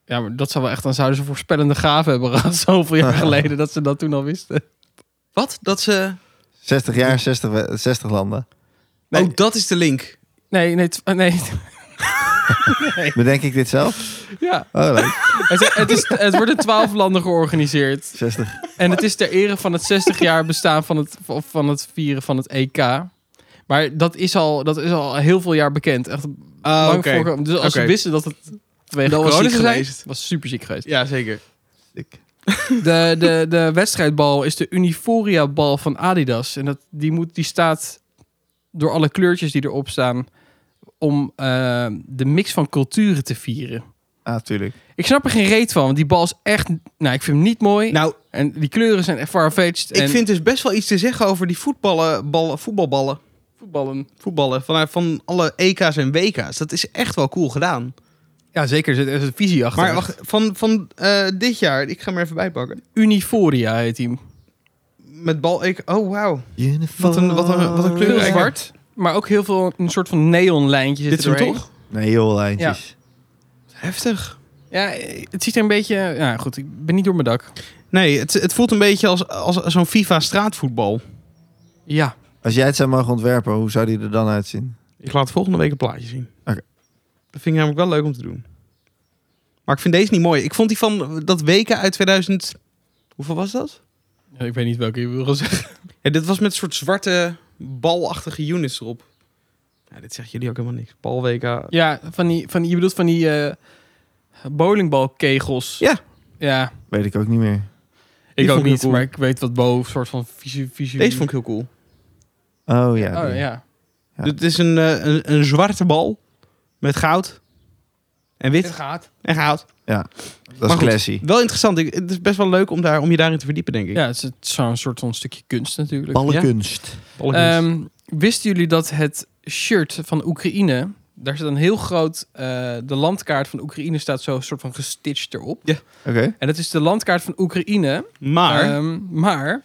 D: Ja, maar dat zou wel echt. Dan zouden ze voorspellende gaven hebben gehad [laughs] zoveel jaar geleden dat ze dat toen al wisten.
B: Wat? Dat ze...
A: 60 jaar, 60, we- 60 landen.
D: Nee.
B: Oh, dat is de link.
D: Nee, nee, tw- nee.
A: Bedenk ik dit
D: [laughs]
A: zelf?
D: Ja,
A: Oh, leuk.
D: het, is- het, is, het wordt in twaalf landen georganiseerd.
A: 60.
D: En het is ter ere van het 60 jaar bestaan van het, of van het vieren van het EK. Maar dat is al, dat is al heel veel jaar bekend. Echt
B: Ah,
D: lang
B: oké.
D: voor, dus als
B: Oké.
D: ze wisten dat het vanwege
B: Dan was
D: corona
B: ziek
D: zou zijn,
B: geweest.
D: was super ziek geweest.
B: Ja, zeker.
A: Ik-
D: De, de, de wedstrijdbal is de Uniforia bal van Adidas. En dat, die, moet, die staat door alle kleurtjes die erop staan om eh, de mix van culturen te vieren.
A: Ah, tuurlijk.
D: Ik snap er geen reet van, want die bal is echt... Nou, ik vind hem niet mooi.
B: Nou,
D: en die kleuren zijn echt farfetched.
B: ik
D: en
B: vind dus best wel iets te zeggen over die voetballen, ballen, voetbalballen.
D: voetballen...
B: Voetballen vanuit van alle EK's en WK's. Dat is echt wel cool gedaan.
D: Ja, zeker. Er zit- er is een visie achter.
B: Maar wacht, van, van eh, dit jaar, ik ga hem er even bijpakken.
D: Uniforia heet hij.
B: Met bal, ik, oh wauw.
A: Uniform.
B: Wat een- wat een- wat een kleur.
D: Heel
B: Lekker.
D: zwart, maar ook heel veel een soort van neonlijntje zit
B: Dit is
D: er
B: hem
D: doorheen.
B: toch?
A: Nee, joh, lijntjes.
B: Heftig.
D: Ja, eh, het ziet er een beetje... Ja, goed, ik ben niet door mijn dak.
B: Nee, het, het voelt een beetje als, als zo'n FIFA straatvoetbal.
D: Ja.
A: Als jij het zou mogen ontwerpen, hoe zou die er dan uitzien?
B: Ik laat volgende week een plaatje zien.
A: Oké.
B: Dat vind ik namelijk wel leuk om te doen. Maar ik vind deze niet mooi. Ik vond die van dat weken uit 2000... Hoeveel was dat?
D: Ik weet niet welke je wil zeggen.
B: Ja, dit was met een soort zwarte balachtige units erop. Ja, dit zegt jullie ook helemaal niks. Balweken.
D: Ja, van die, van die, je bedoelt van die eh bowlingbalkegels.
B: Ja.
D: Ja,
A: Weet ik ook niet meer.
D: ik
B: vond
D: ook
B: ik heel
D: niet,
B: cool.
D: maar ik weet wat Bo een soort van visie... visie
B: Deze vond ik heel cool.
A: Oh ja.
D: Oh
A: die.
D: ja.
A: Ja.
B: Dit is een, eh, een, een zwarte bal met goud en
D: Het
B: wit
D: gaat.
B: en goud.
A: Dat is
B: Maar goed.
A: classy.
B: Wel interessant. Ik- Het is best wel leuk om, daar, om je daarin te verdiepen, denk ik.
D: Ja, het is het- zo'n soort van stukje kunst natuurlijk.
A: Ballenkunst.
D: Ehm, wisten jullie dat het shirt van Oekraïne, daar zit een heel groot, eh, de landkaart van Oekraïne staat zo een soort van gestitcht erop.
A: Oké.
D: En dat is de landkaart van Oekraïne,
B: maar
D: Ehm, maar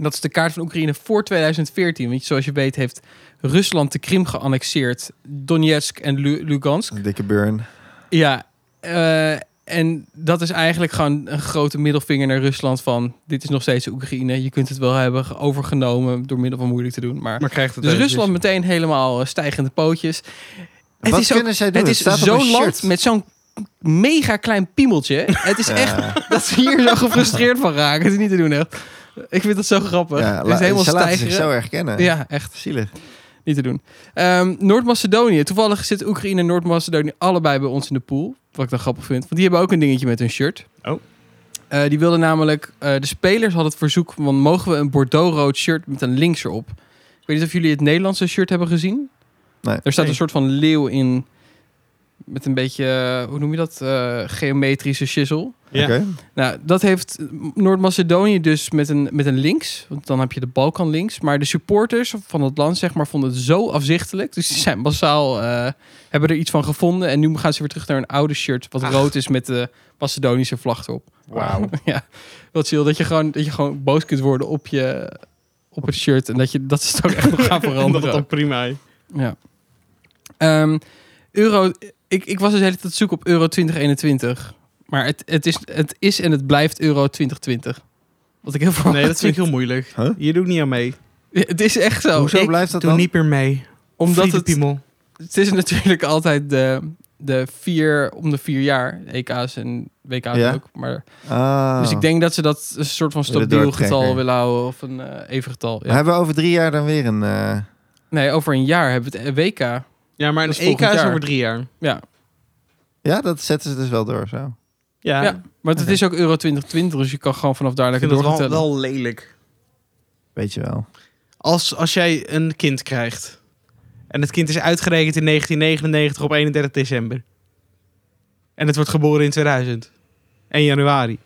D: dat is de kaart van Oekraïne voor 2014. Want zoals je weet heeft Rusland de Krim geannexeerd, Donetsk en Lu- Lugansk.
A: Een dikke burn.
D: Ja, eh, en dat is eigenlijk gewoon een grote middelvinger naar Rusland van... dit is nog steeds Oekraïne, je kunt het wel hebben ge- overgenomen... door middel van moeilijk te doen. Maar,
B: Maar krijgt het
D: dus
B: eventjes. [laughs]
D: Rusland meteen helemaal eh, stijgende pootjes. Het
A: Wat
D: is ook-
A: kunnen zij doen?
D: het is
A: staat op een
D: zo'n
A: shirt.
D: land met zo'n mega klein piemeltje. Het is
A: Ja.
D: echt [laughs] dat ze hier zo gefrustreerd van raken. Het is niet te doen echt. Ik vind dat zo grappig.
A: Ja,
D: het
A: la-
D: is helemaal
A: ze laten zich
D: stijgeren.
A: zo herkennen.
D: Ja, echt
A: Zielig.
D: niet te doen. Ehm, Noord-Macedonië. Toevallig zitten Oekraïne en Noord-Macedonië allebei bij ons in de pool. Wat ik dan grappig vind. Want die hebben ook een dingetje met hun shirt.
B: Oh.
D: Eh, die wilden namelijk... eh, de spelers hadden het verzoek van... mogen we een bordeaux-rood shirt met een links erop? Ik weet niet of jullie het Nederlandse shirt hebben gezien.
A: Nee.
D: Er staat
B: Nee.
D: een soort van leeuw in... met een beetje... eh, hoe noem je dat? Eh, geometrische shizzle.
B: Ja.
A: Oké.
D: Nou, dat heeft Noord-Macedonië dus met een, met een links. Want dan heb je de Balkan links. Maar de supporters van het land, zeg maar, vonden het zo afzichtelijk. Dus die zijn massaal, eh, hebben er iets van gevonden. En nu gaan ze weer terug naar een oude shirt, wat rood is met de Macedonische vlag erop.
B: Ah. Wauw.
D: [laughs] ja, wat chill. Dat je, gewoon, dat je gewoon boos kunt worden op, je, op het shirt. En dat, je, dat ze het ook echt
B: [laughs]
D: nog gaan veranderen.
B: dat het dan prima is.
D: Ja. Ehm, euro, ik, ik was dus de hele tijd op zoek op euro 2021. Maar het, het, is, het is en het blijft euro 2020. Wat ik heel veel.
B: Nee, dat
D: [laughs]
B: vind ik heel moeilijk.
A: Huh?
B: Je doet niet aan mee.
D: Het is echt zo.
A: Hoezo
D: Ik-
A: blijft dat
B: Doe
A: dan?
B: niet meer mee.
D: omdat
B: Friede
D: het,
B: piemel.
D: het is natuurlijk altijd de, de vier om de vier jaar. EK's en WK's
A: Ja.
D: ook. Maar,
A: Ah.
D: Dus ik denk dat ze dat een soort van
A: Willen
D: stabiel
A: doortrekken. Ah.
D: getal willen houden. Of een eh even getal.
A: Maar
D: Ja.
A: hebben we over drie jaar dan weer een... eh,
D: Nee, over een jaar hebben we het WK.
B: Ja, maar
D: Dat
B: een
D: is
B: EK
D: volgend
B: is
D: jaar.
B: over drie jaar.
D: Ja.
A: Ja, dat zetten ze dus wel door zo.
B: Ja.
D: Ja, Maar het is ook euro 2020. Dus je kan gewoon vanaf daar
B: Ik
D: lekker
B: vind dat
D: door gaan
B: wel,
D: tellen.
B: wel lelijk.
A: Weet je wel.
B: Als, als jij een kind krijgt. En het kind is uitgerekend in 1999 op 31 december. En het wordt geboren in 2000. 1 januari.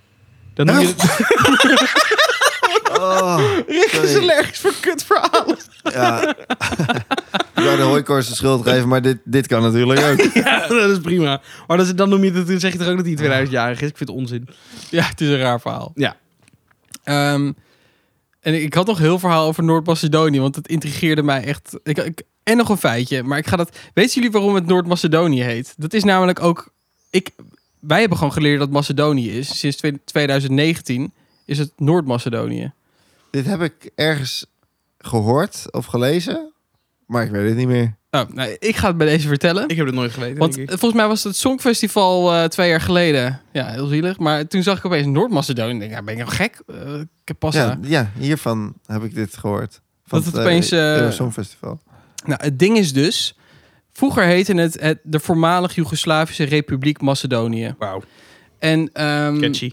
B: Dan noem je
A: Oh.
B: het
A: [laughs] Oh,
B: is
A: sorry.
B: allergisch voor kut verhaal.
A: ja. [laughs] Ik wou de hooikoorts de schuld geven, maar dit, dit kan natuurlijk ook.
B: Ja, dat is prima. Maar dat is- dan, noem je het, dan zeg je toch ook dat hij 2000-jarig is? Ik vind het onzin.
D: Ja, het is een raar verhaal.
B: Ja.
D: Ehm, en ik had nog heel verhaal over Noord-Macedonië, want dat intrigeerde mij echt. Ik, ik, en nog een feitje, maar ik ga dat. Weten jullie waarom het Noord-Macedonië heet? Dat is namelijk ook. Ik, wij hebben gewoon geleerd dat Macedonië is. Sinds twe- 2019 is het Noord-Macedonië.
A: [laughs] Dit heb ik ergens gehoord of gelezen, maar ik weet het niet meer.
D: Oh, nou, ik ga het bij deze vertellen.
B: Ik heb het nooit geweten.
D: Want
B: denk ik.
D: eh, volgens mij was het Songfestival eh, twee jaar geleden. Ja, heel zielig. Maar toen zag ik opeens Noord-Macedonië. Ik denk, ja, ben ik nou gek? Eh, ik heb pas aan.
A: Ja, ja, hiervan heb ik dit gehoord. Van
D: Dat het opeens, eh,
A: eh, Songfestival.
D: Nou, het ding is dus. Vroeger heette het, het de voormalig Joegoslavische Republiek Macedonië.
B: Wauw.
D: En ehm,
B: Catchy.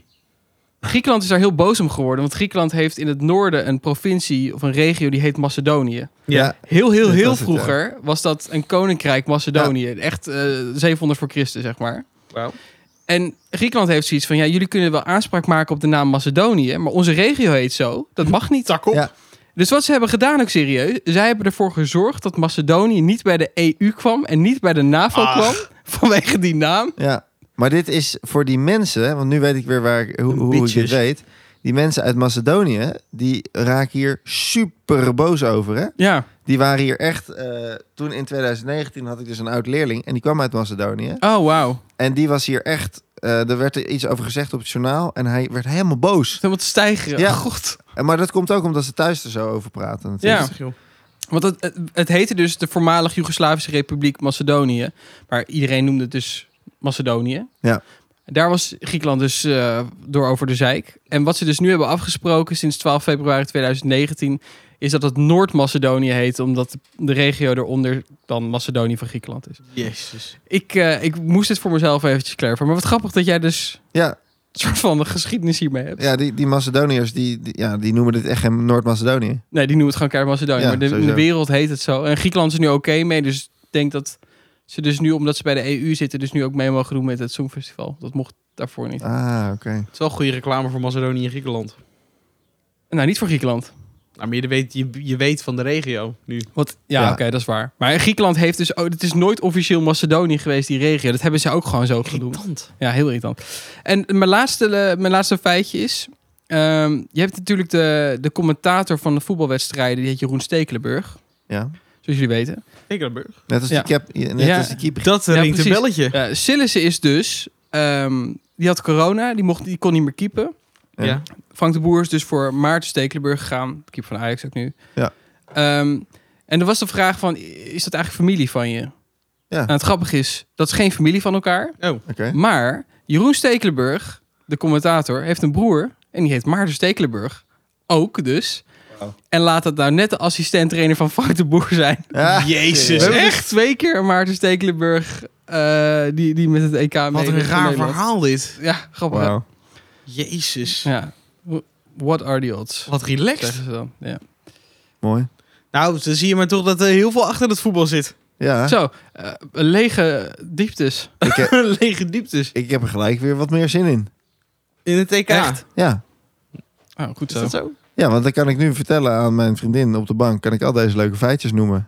D: Griekenland is daar heel boos om geworden. Want Griekenland heeft in het noorden een provincie of een regio die heet Macedonië.
A: Ja.
D: Heel, heel,
A: Dit
D: heel
A: was het, ja.
D: vroeger was dat een koninkrijk Macedonië. Echt eh, 700 voor Christus, zeg maar.
B: Wauw.
D: En Griekenland heeft zoiets van: ja, jullie kunnen wel aanspraak maken op de naam Macedonië, maar onze regio heet zo. Dat mag niet. Tak
A: op. Ja.
D: Dus wat ze hebben gedaan, ook serieus, zij hebben ervoor gezorgd dat Macedonië niet bij de EU kwam en niet bij de NAVO
B: Ach.
D: kwam vanwege die naam.
A: Ja, maar dit is voor die mensen, want nu weet ik weer waar ik, hoe, hoe ik dit
B: Bitches.
A: weet. Die mensen uit Macedonië, die raken hier super boos over. Hè?
D: Ja.
A: Die waren hier echt. eh, toen in 2019 had ik dus een oud leerling en die kwam uit Macedonië.
D: Oh wauw.
A: En die was hier echt. eh, er werd er iets over gezegd op het journaal en hij werd helemaal boos.
D: Helemaal te stijgeren.
A: Ja.
D: God.
A: En, maar dat komt ook omdat ze thuis er zo over praten. natuurlijk.
D: Ja. Want het, het, het heette dus de voormalig Joegoslavische Republiek Macedonië. Maar iedereen noemde het dus Macedonië.
A: Ja.
D: Daar was Griekenland dus eh, door over de zeik. En wat ze dus nu hebben afgesproken sinds 12 februari 2019... is dat het Noord-Macedonië heet... omdat de regio eronder dan Macedonië van Griekenland is.
B: Jezus.
D: Ik, eh, ik moest dit voor mezelf eventjes clarifieren. Maar wat grappig dat jij dus
A: Ja,
D: soort van een geschiedenis hiermee hebt.
A: Ja, die, die Macedoniërs, die, die- ja, die noemen dit echt geen Noord-Macedonië.
D: Nee, die noemen het gewoon keihard Macedonië.
A: Ja,
D: maar de, in
A: sowieso.
D: de wereld heet het zo. En Griekenland is er nu oké mee. Dus ik denk dat ze dus nu, omdat ze bij de EU zitten, dus nu ook mee mogen doen met het Songfestival. Dat mocht daarvoor niet.
A: Ah, oké.
B: Het is wel goede reclame voor Macedonië en Griekenland.
D: Nou, niet voor Griekenland.
B: Nou, maar je weet, je, je weet van de regio nu.
D: Want, ja,
A: Ja.
D: oké, dat is waar. Maar Griekenland heeft dus... Oh, het is nooit officieel Macedonië geweest, die regio. Dat hebben ze ook gewoon zo genoemd. Ja, heel irritant. En mijn laatste, eh, mijn laatste feitje is... ehm, je hebt natuurlijk de, de commentator van de voetbalwedstrijden... die heet Jeroen Stekelenburg,
A: Ja.
D: zoals jullie weten.
B: Stekelenburg.
A: Net als
D: Ja.
A: die cap, net
D: Ja.
A: als die keeper.
B: Dat
D: Ja,
B: ringt een
D: precies.
B: belletje.
D: Eh Sillissen is dus... ehm, die had corona, die, mocht, die kon niet meer keepen.
A: Ja.
B: Ja.
D: Frank de Boer is dus voor Maarten Stekelenburg gegaan. Keeper van Ajax ook nu.
A: Ja.
D: Ehm, en er was de vraag van, is dat eigenlijk familie van je?
A: Ja.
D: En het grappige is, dat is geen familie van elkaar.
A: Oké.
D: Maar Jeroen Stekelenburg, de commentator, heeft een broer. En die heet Maarten Stekelenburg. Ook dus. En laat dat nou net de assistent-trainer van Frank de Boer zijn.
A: Ja.
B: Jezus,
A: Ja.
B: echt?
D: Echt twee keer een Maarten Stekelenburg eh, die, die met het EK
B: Wat een
D: meedoet voor
B: raar
D: Nederland.
B: verhaal dit.
D: Ja, grappig. hè?
A: Wauw.
B: Jezus.
D: Ja. What are the odds?
B: Wat relaxed.
D: Zeggen ze dan. Ja.
A: Mooi.
B: Nou, dan zie je maar toch dat er heel veel achter het voetbal zit. [laughs]
A: Ja,
D: Zo, eh, lege dieptes.
A: ik, heb-
B: Lege dieptes.
A: ik heb er gelijk weer wat meer zin in.
B: In het TK.
D: Echt?
A: Ja.
D: Oh, goed
B: Is
D: zo.
B: dat zo?
A: ja, want dan kan ik nu vertellen aan mijn vriendin op de bank... kan ik al deze leuke feitjes noemen.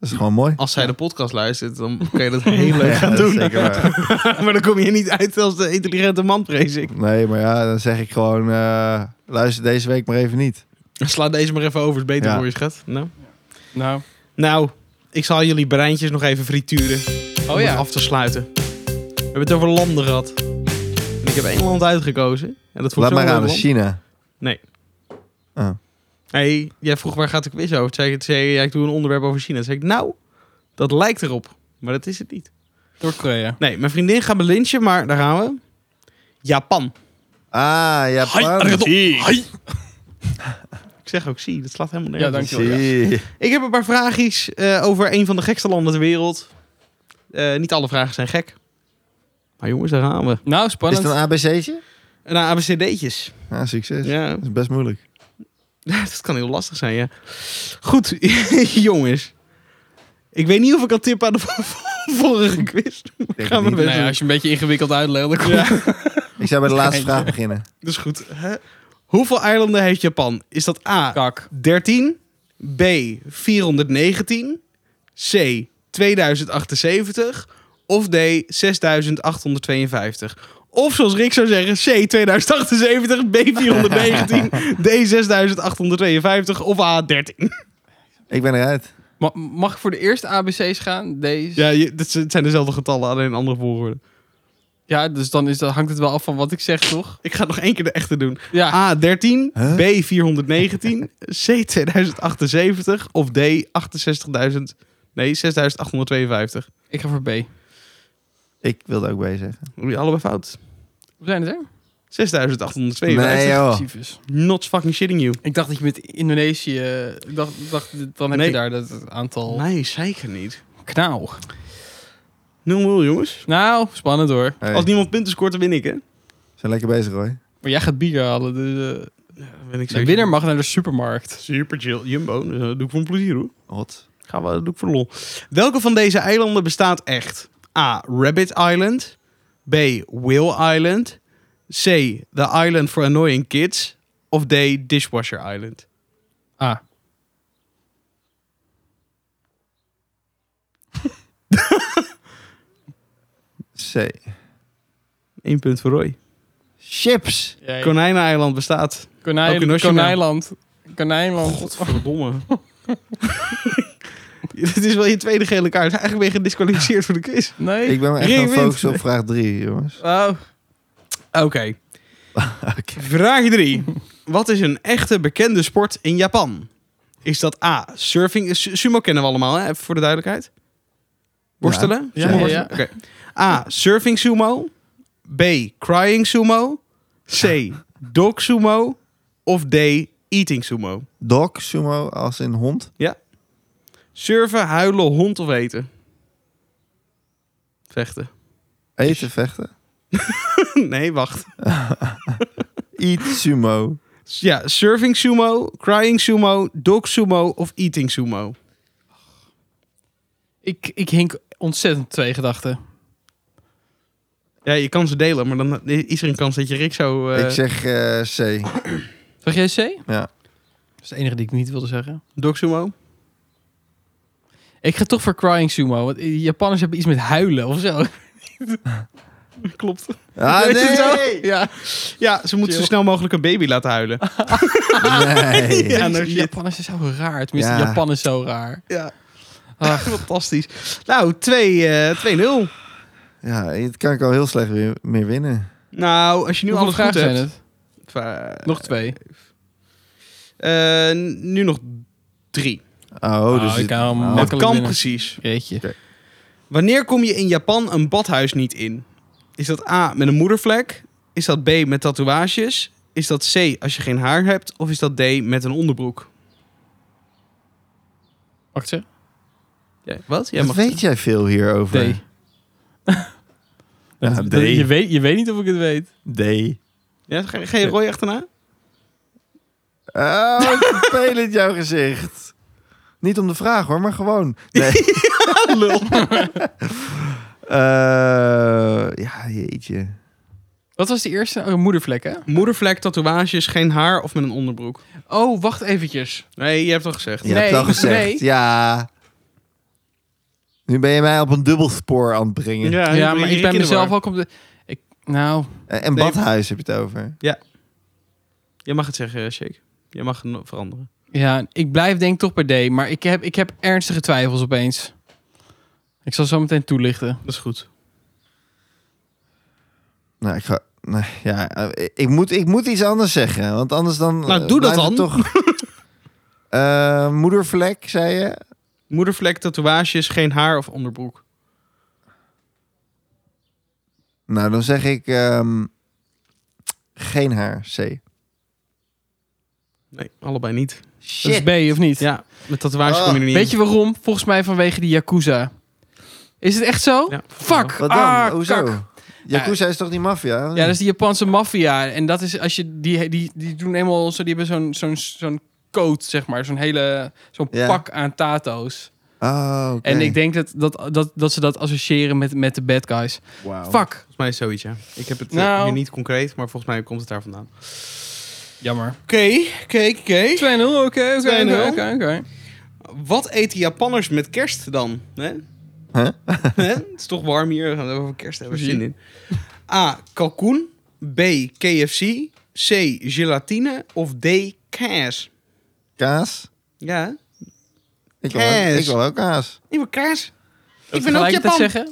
A: Dat is gewoon mooi.
B: Als zij de podcast luistert, dan kun je
A: [laughs]
B: dat heel [laughs] leuk
A: Ja,
B: gaan
A: dat is
B: doen.
A: zeker
B: [laughs]
A: waar.
B: maar dan kom je niet uit als de intelligente man, vrees ik.
A: Nee, maar ja, dan zeg ik gewoon... eh, luister deze week maar even niet.
B: Sla deze maar even over, is beter
A: Ja.
B: voor je schat. Nou.
D: Nou.
B: nou, ik zal jullie breintjes nog even frituren.
D: Oh
B: om het
D: ja.
B: af te sluiten. We hebben het over landen gehad. En ik heb één land uitgekozen. En dat vond
A: Laat
B: ik
A: maar
B: zo'n
A: aan,
B: leuk land.
A: China.
B: Hey, jij vroeg waar gaat de quiz over? Toen zei ik, toen zei, ik, ja, ik doe een onderwerp over China. Toen zei ik, nou, dat lijkt erop. Maar dat is het niet.
D: Noord-Korea.
B: Nee, mijn vriendin gaat me lynchen, maar daar gaan we. Japan.
A: Ah, Japan.
B: Ik zeg ook zie, dat slaat helemaal
D: Ja,
B: nergens op.
D: dankjewel. ja.
A: Zie.
B: Ik heb een paar vraagjes eh, over een van de gekste landen ter wereld. Eh, niet alle vragen zijn gek. Maar jongens, daar gaan we.
D: Nou,
A: Is het
D: spannend.
A: een ABC'tje?
B: Naar ABCD'tjes.
A: Ah, succes.
B: Ja,
A: Dat is best moeilijk.
B: [laughs] dat kan heel lastig zijn, ja. Goed, [laughs] jongens. Ik weet niet of ik al tip aan de [laughs] vorige quiz.
A: Ik denk
B: Gaan we
A: het niet.
B: weer.
D: Nou ja, als je een beetje ingewikkeld uitlegt, dan komt
B: Ja.
A: Ik zou bij de laatste vraag beginnen.
B: Dat is goed. Hè? Hoeveel eilanden heeft Japan? Is dat A,
D: kak.
B: 13, B, 419, C, 2078 of D, 6852? Of zoals Rick zou zeggen, C, 2078, B, [laughs] 419, D, 6852 of A, 13.
A: Ik ben eruit.
D: Ma- mag ik voor de eerste ABC's gaan? Deze?
B: Ja, je- dat z- het zijn dezelfde getallen, alleen een andere volgorde.
D: Ja, dus dan is, dat, hangt het wel af van wat ik zeg, toch?
B: Ik ga nog één keer de echte doen.
D: Ja.
B: A, 13,
A: Huh?
B: B, 419, C, 2078 of D, 68.000, nee, 6852.
D: Ik ga voor B.
A: Ik wilde ook B zeggen.
B: Jullie allebei fout.
D: Hoe zijn het er?
B: 6852.
A: Nee, joh.
D: Tyfus.
B: Not fucking shitting you.
D: Ik dacht dat je met Indonesië... Ik dacht, dacht dan heb
B: Nee. Nou.
D: je daar dat het aantal...
B: Nee, zeker niet.
D: Knauw.
B: 0-0, jongens.
D: Nou, spannend hoor.
A: Hey,
B: Als niemand punten scoort, dan win ik, hè?
A: zijn lekker bezig, hoor.
D: Maar jij gaat bier halen, dus... eh,
B: Dan ben ik
D: de winnaar mag naar de supermarkt.
B: Super chill. Jumbo, dus dat doe ik voor een plezier, hoor.
A: Hot.
B: Gaan we, dat doe ik voor lol. Welke van deze eilanden bestaat echt? A. Rabbit Island. B. Whale Island. C. The Island for Annoying Kids. Of D. Dishwasher Island.
D: Ah.
A: [laughs] C.
B: Eén punt voor Roy.
A: Chips.
B: Konijneneiland bestaat. Ook in
D: Konijn,
B: Oceania.
D: konijnland. Konijnland.
B: Godverdomme. [laughs] Dit is wel je tweede gele kaart. Eigenlijk ben je gedisqualificeerd voor de quiz.
D: Nee.
A: Ik ben me echt
B: Ring
A: aan het
B: wint.
A: focussen op vraag 3, jongens.
D: Oh.
B: Oké. [laughs]
A: Oké.
B: Vraag 3. Wat is een echte bekende sport in Japan? Is dat A, surfing? Su- Sumo kennen we allemaal, hè? even voor de duidelijkheid. Worstelen?
D: Ja,
B: Sumo
D: ja,
B: worstelen? Oké. A, surfing sumo. B, crying sumo. C, dog sumo. Of D, eating sumo.
A: Dog, sumo, als in hond.
B: Surfen, huilen, hond of eten? Vechten.
A: Eten, vechten.
B: nee, wacht.
A: Eat sumo.
B: Ja, surfing sumo, crying sumo, dog sumo of eating sumo.
D: Ik, ik hink ontzettend twee gedachten.
B: Ja, je kan ze delen, maar dan is er een kans dat je Rick zo... eh,
A: Ik zeg eh, C.
D: Zeg jij C?
A: Ja.
D: Dat is de enige die ik niet wilde zeggen.
B: Dog sumo?
D: Ik ga toch voor crying sumo. Want eh, Japanners hebben iets met huilen of [laughs] zo.
B: Klopt.
A: Ah,
B: Weet je het zo?
A: nee!
D: Ja.
B: Ja, ze moeten zo
D: Chill.
B: snel mogelijk een baby laten huilen. [laughs]
A: Nee.
D: [laughs]
B: Ja, nou, shit.
D: Japanners zijn zo raar. Tenminste,
A: Ja.
D: Japan is zo raar.
B: Ja. Ah,
D: Ach.
B: Fantastisch. Nou, twee, eh, 2-0.
A: Ja, het kan ik al heel slecht weer, meer winnen.
B: nou, als je nu
D: Hoeveel
B: alles goed
D: vragen zijn
B: hebt...
D: het?
B: Va-
D: Nog twee.
B: eh, nu nog drie.
A: Oh,
D: Oh,
A: dus
D: ik
A: dit-
D: kan hem
A: oh.
B: Dat
D: makkelijk
B: kan
D: winnen.
B: precies.
D: Jeetje.
B: Wanneer kom je in Japan een badhuis niet in? Is dat A, met een moedervlek? Is dat B, met tatoeages? Is dat C, als je geen haar hebt? Of is dat D, met een onderbroek?
D: Wacht ze.
B: Ja, wat? Jij
A: Wat
B: mag
A: weet jij veel hierover?
D: D.
A: Ja,
D: Dat-
A: D.
D: Je, weet, je weet niet of ik het weet.
A: D.
B: Ja, ga, ga je Roy achterna?
A: Oh, wat vervelend jouw gezicht. Niet om de vraag hoor, maar gewoon.
D: [laughs]
A: Nee.
B: Lul.
A: Eh, ja, jeetje.
D: Wat was de eerste? Oh, moedervlek, hè?
B: Moedervlek, tatoeages, geen haar of met een onderbroek?
D: Oh, wacht eventjes.
B: Nee, je hebt al gezegd.
A: Je hebt het al
D: Nee,
A: gezegd.
D: nee.
A: Ja. Nu ben je mij op een dubbelspoor aan het brengen.
D: Ja, maar ik ben mezelf ook op de... Ik, nou,
A: En en
B: Nee.
A: badhuis heb je het over.
B: Je mag het zeggen, Shake. Je mag het no- veranderen.
D: ja, ik blijf denk ik toch per D. Maar ik heb, ik heb ernstige twijfels opeens. Ik zal zo meteen toelichten.
B: Dat is goed.
A: Nou, ik ga... Nee, ja, eh, ik, moet, ik moet iets anders zeggen, want anders dan...
B: Nou,
A: eh,
B: doe dat
A: blijft het
B: dan.
A: Toch... Eh, moedervlek, zei je?
B: Moedervlek, tatoeages, geen haar of onderbroek.
A: Nou, dan zeg ik... ehm, geen haar, C.
B: Nee, allebei niet.
A: Shit.
D: Dat is B, of niet?
B: Ja, met tatoeages
A: Oh.
B: kom je er niet
D: Weet je waarom? Volgens mij vanwege die Yakuza. Is het echt zo?
B: Ja.
D: Fuck.
A: Wat dan?
D: Ah,
A: Hoezo?
D: kak.
A: Yakuza is toch die maffia?
D: Ja, dat is die Japanse maffia. En dat is als je die, die, die doen eenmaal zo, die hebben zo'n zo'n zo'n coat, zeg maar, zo'n hele zo'n
A: Ja.
D: pak aan tato's.
A: Oh, oké.
D: En ik denk dat, dat, dat, dat ze dat associëren met, met de bad guys.
A: Oh.
D: Fuck.
B: Volgens mij is zoiets, ja. Ik heb het eh,
D: Nou.
B: hier niet concreet, maar volgens mij komt het daar vandaan.
D: Jammer. 2-0,
B: Oké, oké, oké.
D: oké, oké, oké,
B: 2-0.
D: oké, oké.
B: Wat eten Japanners met kerst dan? Hè?
A: Huh?
B: Hè? Het is toch warm hier, we gaan het over kerst hebben.
D: Precies.
B: Zin in. A. Kalkoen. B. KFC. C. Gelatine. Of D. Kaas.
A: Kaas?
B: Ja, hè?
A: Ik wil, ook,
B: Kaas.
A: ik wil ook kaas.
B: Ik wil kaas.
D: Wil
B: Ik
D: je
B: ben ook
D: tegelijkertijd
B: Japan.
D: zeggen?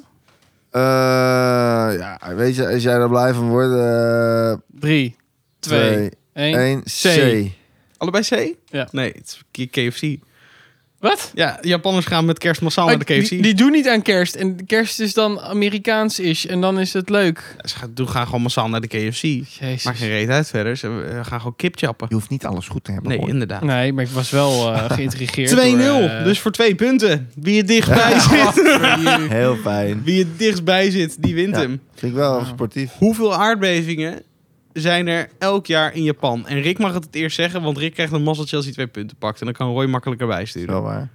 A: Eh, ja, weet je, als jij er blij van wordt... eh
D: 3, 2, 1.
A: 1,
D: C.
A: C.
B: Allebei C?
D: Ja.
B: Nee, het is K- KFC.
D: Wat?
B: Ja, Japanners gaan met kerst massaal naar de
D: Ah,
B: KFC.
D: die, die doen niet aan kerst. En kerst is dan Amerikaans-ish. En dan is het leuk.
B: Ja, Ze gaan, doen- gaan gewoon massaal naar de KFC.
D: Jezus.
B: Maar geen reet uit verder. Ze eh, gaan gewoon kipchappen.
A: Je hoeft niet alles goed te hebben.
B: Nee,
A: hoor.
B: inderdaad.
D: Nee, maar ik was
B: [laughs]
D: wel eh, geïntrigeerd.
B: 2-0.
D: door, eh,
B: Dus voor twee punten. Wie het dichtbij [laughs] zit.
A: Heel fijn.
B: Wie het dichtstbij zit, die wint
A: Ja.
B: hem.
A: Vind ik wel sportief.
B: Hoeveel aardbevingen zijn er elk jaar in Japan? En Rick mag het het eerst zeggen, want Rick krijgt een mazzeltje als hij twee punten pakt. En dan kan Roy makkelijker
A: Is
B: bijsturen.
A: wel waar.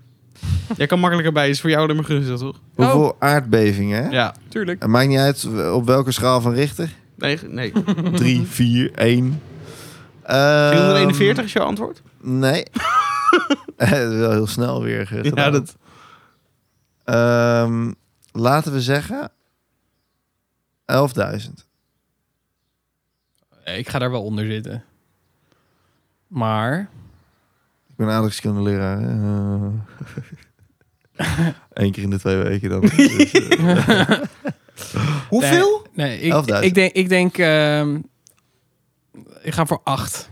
B: Jij kan makkelijker bij, is voor jou alleen maar gunstig, toch?
A: Hoeveel aardbevingen, hè?
B: Ja.
D: Tuurlijk.
A: Het maakt niet uit eh, op welke schaal van
B: [laughs]
A: Richter.
B: Nee, nee.
A: 3, 4, 1.
B: 341 is jouw antwoord?
A: Ehm,
B: [laughs]
A: Nee. [laughs] Eh, wel heel snel weer ge- gedaan.
B: dat-
A: Ehm, laten we zeggen... 11.000.
D: Nee, Ik ga daar wel onder zitten.
B: [laughs]
D: Maar...
A: Ik ben aardrijkskundeleraar. eh. [laughs] Eén keer in de twee weken
B: [laughs]
A: dan. Dus, eh,
B: Hoeveel?
D: Nee, ik,
A: 11.000.
D: ik denk... Ik, denk ehm, ik ga voor 8.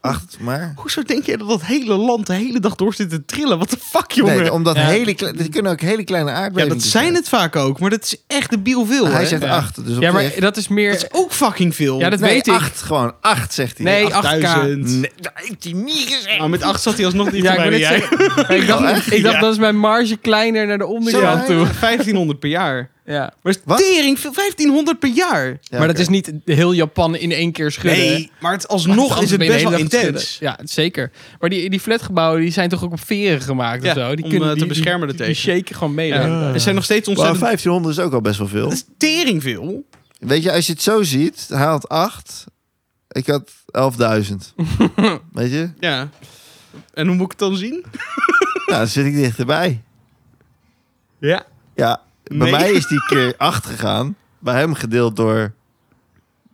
A: acht maar.
B: Hoezo denk je dat dat hele land de hele dag door zit te trillen? Wat de fuck, jongen?
A: Nee, omdat
D: Ja.
A: hele kleine... Er kunnen ook hele kleine
B: ja,
A: aardbevingen
B: dat zijn het vaak ook, maar dat is echt de veel.
A: Hij
B: hè?
A: zegt
D: Ja.
A: acht. Dus op
D: Ja,
A: zich-
D: maar dat is meer...
B: Dat is ook fucking veel.
D: Ja, dat
A: nee,
D: weet ik.
A: acht. Gewoon E acht, zegt hij.
D: nee, 8K.
B: 8000.
A: Nee, dat heeft hij niet gezegd.
B: Nou, met 8 zat hij alsnog niet
D: Ja, ik
B: erbij
D: wil
B: dan [laughs]
D: net
B: jij.
D: zeggen. Ik dacht, ik dacht
B: Ja.
D: dat is mijn marge kleiner naar de
A: Zo
B: [laughs]
D: onderkant
A: weinig.
D: toe.
B: 1500 per jaar.
D: Ja.
B: Maar is
A: Wat?
B: tering, 1500 per jaar.
A: Ja,
D: maar
A: oké.
D: dat is niet heel Japan in één keer schudden. hè?
B: Nee, maar het,
D: Maar
B: alsnog
D: het
B: is het
D: algemeen
B: best wel
D: de hele dag
B: intens.
D: schudden. Ja, zeker. Maar die, die flatgebouwen die zijn toch ook op veren gemaakt
B: Ja,
D: of zo? Die
B: om,
D: kunnen
B: eh, te
D: die- die-
B: beschermen
D: die, die
B: ertegen.
D: shaken gewoon mee.
B: Ja.
D: dan.
B: Er zijn nog steeds
A: Maar
B: ontzettend...
A: 1500 is ook al best wel veel.
B: Dat is tering veel.
A: Weet je, als je het zo ziet, hij had 8. Ik had 11.000.
D: [laughs]
A: Weet je?
B: Ja. En hoe moet ik het dan zien?
A: Nou, dan zit ik dichterbij.
B: Ja.
A: Ja, bij
B: Nee.
A: mij is die keer 8 gegaan. Bij hem gedeeld door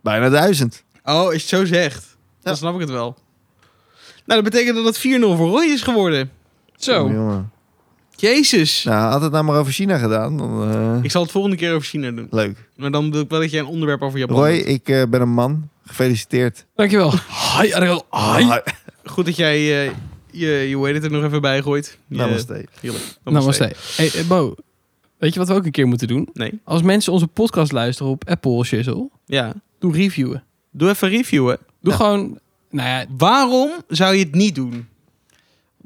A: bijna 1000.
B: Oh, als je het zo zegt. Dan snap ik het wel. Nou, dat betekent dat het 4-0 voor Roy is geworden.
D: Zo.
A: Jongen.
B: Jezus.
A: Nou, had het nou maar over China gedaan. Dan, eh,
B: Ik zal het volgende keer over China doen.
A: Leuk.
B: Maar dan wil ik wel dat jij een onderwerp over Japan
A: Roy,
B: doet.
A: ik eh, ben een man. Gefeliciteerd.
D: Dankjewel. Hi, Ariel. Hi. Nou,
A: Ah,
B: Goed dat jij eh, je, je hoe heet het er nog even bij gooit. Je-
A: [laughs] Namaste.
B: Heerlijk.
D: Namaste. Hey, eh, Bo. Weet je wat we ook een keer moeten doen?
B: Nee.
D: Als mensen onze podcast luisteren op Apple Shizzle,
B: Ja.
D: doe reviewen.
B: Doe even reviewen.
D: Doe gewoon, nou ja,
B: Waarom zou je het niet doen?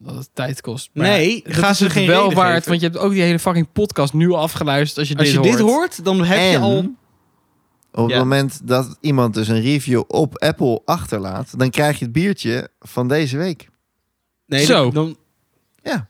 D: dat het tijd kost. Maar
B: Nee,
D: ja,
B: ga
D: dat is
B: ze
D: het
B: geen
D: wel
B: reden
D: waard,
B: geven.
D: want je hebt ook die hele fucking podcast nu afgeluisterd als je
B: Als
D: dit
B: je
D: hoort.
B: dit hoort, dan heb je
A: En-
B: al...
A: Op het
B: Ja.
A: moment dat iemand dus een review op Apple achterlaat, dan krijg je het biertje van deze week.
B: Nee,
D: Zo.
B: Dan, dan-
A: Ja.
B: Nou,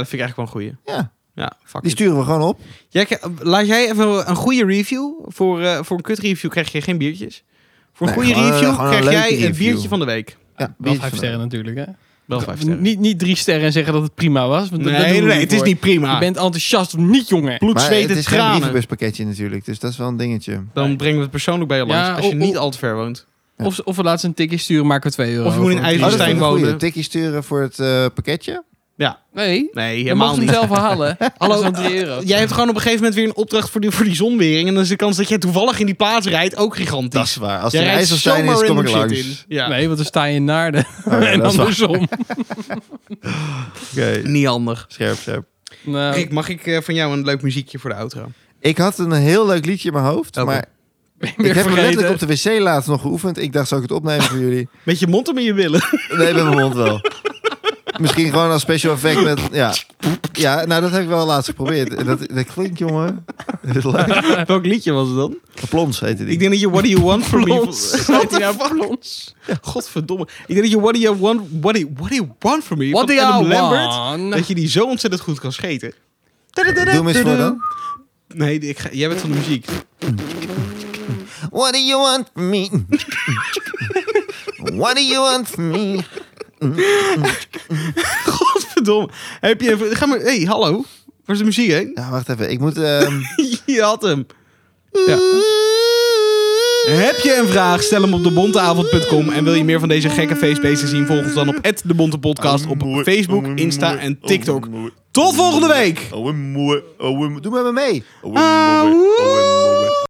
B: dat vind ik eigenlijk wel een goeie.
A: Ja,
B: Ja, fuck
A: die
B: it.
A: sturen we gewoon op.
B: Jij k- laat jij even een goede review. Voor, eh, voor een kut review krijg je geen biertjes. Voor een
A: Nee,
B: goede
A: gewoon, eh,
B: review
A: gewoon een
B: krijg
A: leuke
B: jij een
A: review.
B: biertje van de week.
A: Ja,
D: Wel
A: biertje
D: vijf
A: van-
D: sterren natuurlijk, hè?
B: Wel vijf sterren.
D: Niet, niet drie sterren en zeggen dat het prima was. Want dat- dat doen
B: nee,
D: we
B: nee,
D: niet
B: het is
D: voor.
B: niet prima.
D: Je bent enthousiast of niet, jongen.
B: bloed,
A: Maar
B: zweet
A: het
B: en
A: is geen
B: tranen.
A: brievenbuspakketje natuurlijk, dus dat is wel een dingetje.
B: Dan brengen we het persoonlijk bij je langs.
D: Ja,
B: als je
D: o- o-
B: niet al te ver woont.
A: Ja.
D: Of, of we laten ze een tikje sturen, maken we 2 euro.
B: Of je moet in
D: voor een
B: IJs-
A: Oh, dat is wel
B: Stijn
A: een
B: wonen.
A: goeie. Tikkie sturen voor het eh, pakketje.
D: tikkie. Nee,
B: Nee,
D: je
B: helemaal
D: mag het
B: niet.
D: zelf
B: [laughs]
D: halen. Hallo, van 3 euro.
B: Jij hebt gewoon op een gegeven moment weer een opdracht voor die, voor die zonwering. En dan is de kans dat jij toevallig in die plaats rijdt ook gigantisch.
A: Dat is waar. Als
B: jij
A: er
B: rijdt
A: IJsselstein
B: zomaar
A: is, kom
B: random
A: ik
B: shit
A: langs.
B: in. Ja.
D: Nee, want dan sta je in Naarden.
A: Oh,
B: [laughs]
A: ja,
D: [laughs] en
A: dat is waar.
D: andersom.
A: Oké,
B: Niet handig.
A: Scherp, scherp.
D: Nou, [laughs]
B: Rick, mag ik eh, van jou een leuk muziekje voor de outro?
A: Ik had een heel leuk liedje in mijn hoofd,
B: Oké.
A: maar
D: ben je
A: ik
D: weer
A: heb hem
D: vergeten.
A: letterlijk op de wc laatst nog geoefend. Ik dacht, zou ik het opnemen voor jullie?
B: Met je mond om in je billen.
A: Nee, met mijn mond wel. Misschien gewoon als special effect met... Ja, ja nou dat heb ik wel laatst geprobeerd. En Dat, dat klinkt,
B: [laughs]
A: jongen. Dat is leuk.
B: [laughs] Welk liedje was het dan?
A: Plons heette die.
B: Ik denk dat je What Do You Want From Me...
D: Plons.
B: Wat
D: [laughs]
B: de fuck? [laughs] Godverdomme. Ik denk dat je What Do You Want... What Do You, what do you Want From Me...
D: What
B: van
D: do
B: Adam
D: you
B: Lambert,
D: want?
B: Dat je die zo ontzettend goed kan scheten.
A: Doe hem eens voor dan.
B: Nee, ik ga, jij bent van de muziek. [laughs]
A: What do you want from me? What do you want from me?
B: Godverdomme. Heb je even... Ga maar... Hé, hey, hallo. Waar is de muziek heen?
A: Ja, wacht even. Ik moet... ehm,
B: [laughs] je had hem.
D: Ja.
B: Heb je een vraag? Stel hem op debonteavond.com. En wil je meer van deze gekke feestbeesten zien? Volg ons dan op @debontePodcast op Facebook, Insta en TikTok. Tot volgende week!
A: Doe met me mee.
B: Auw.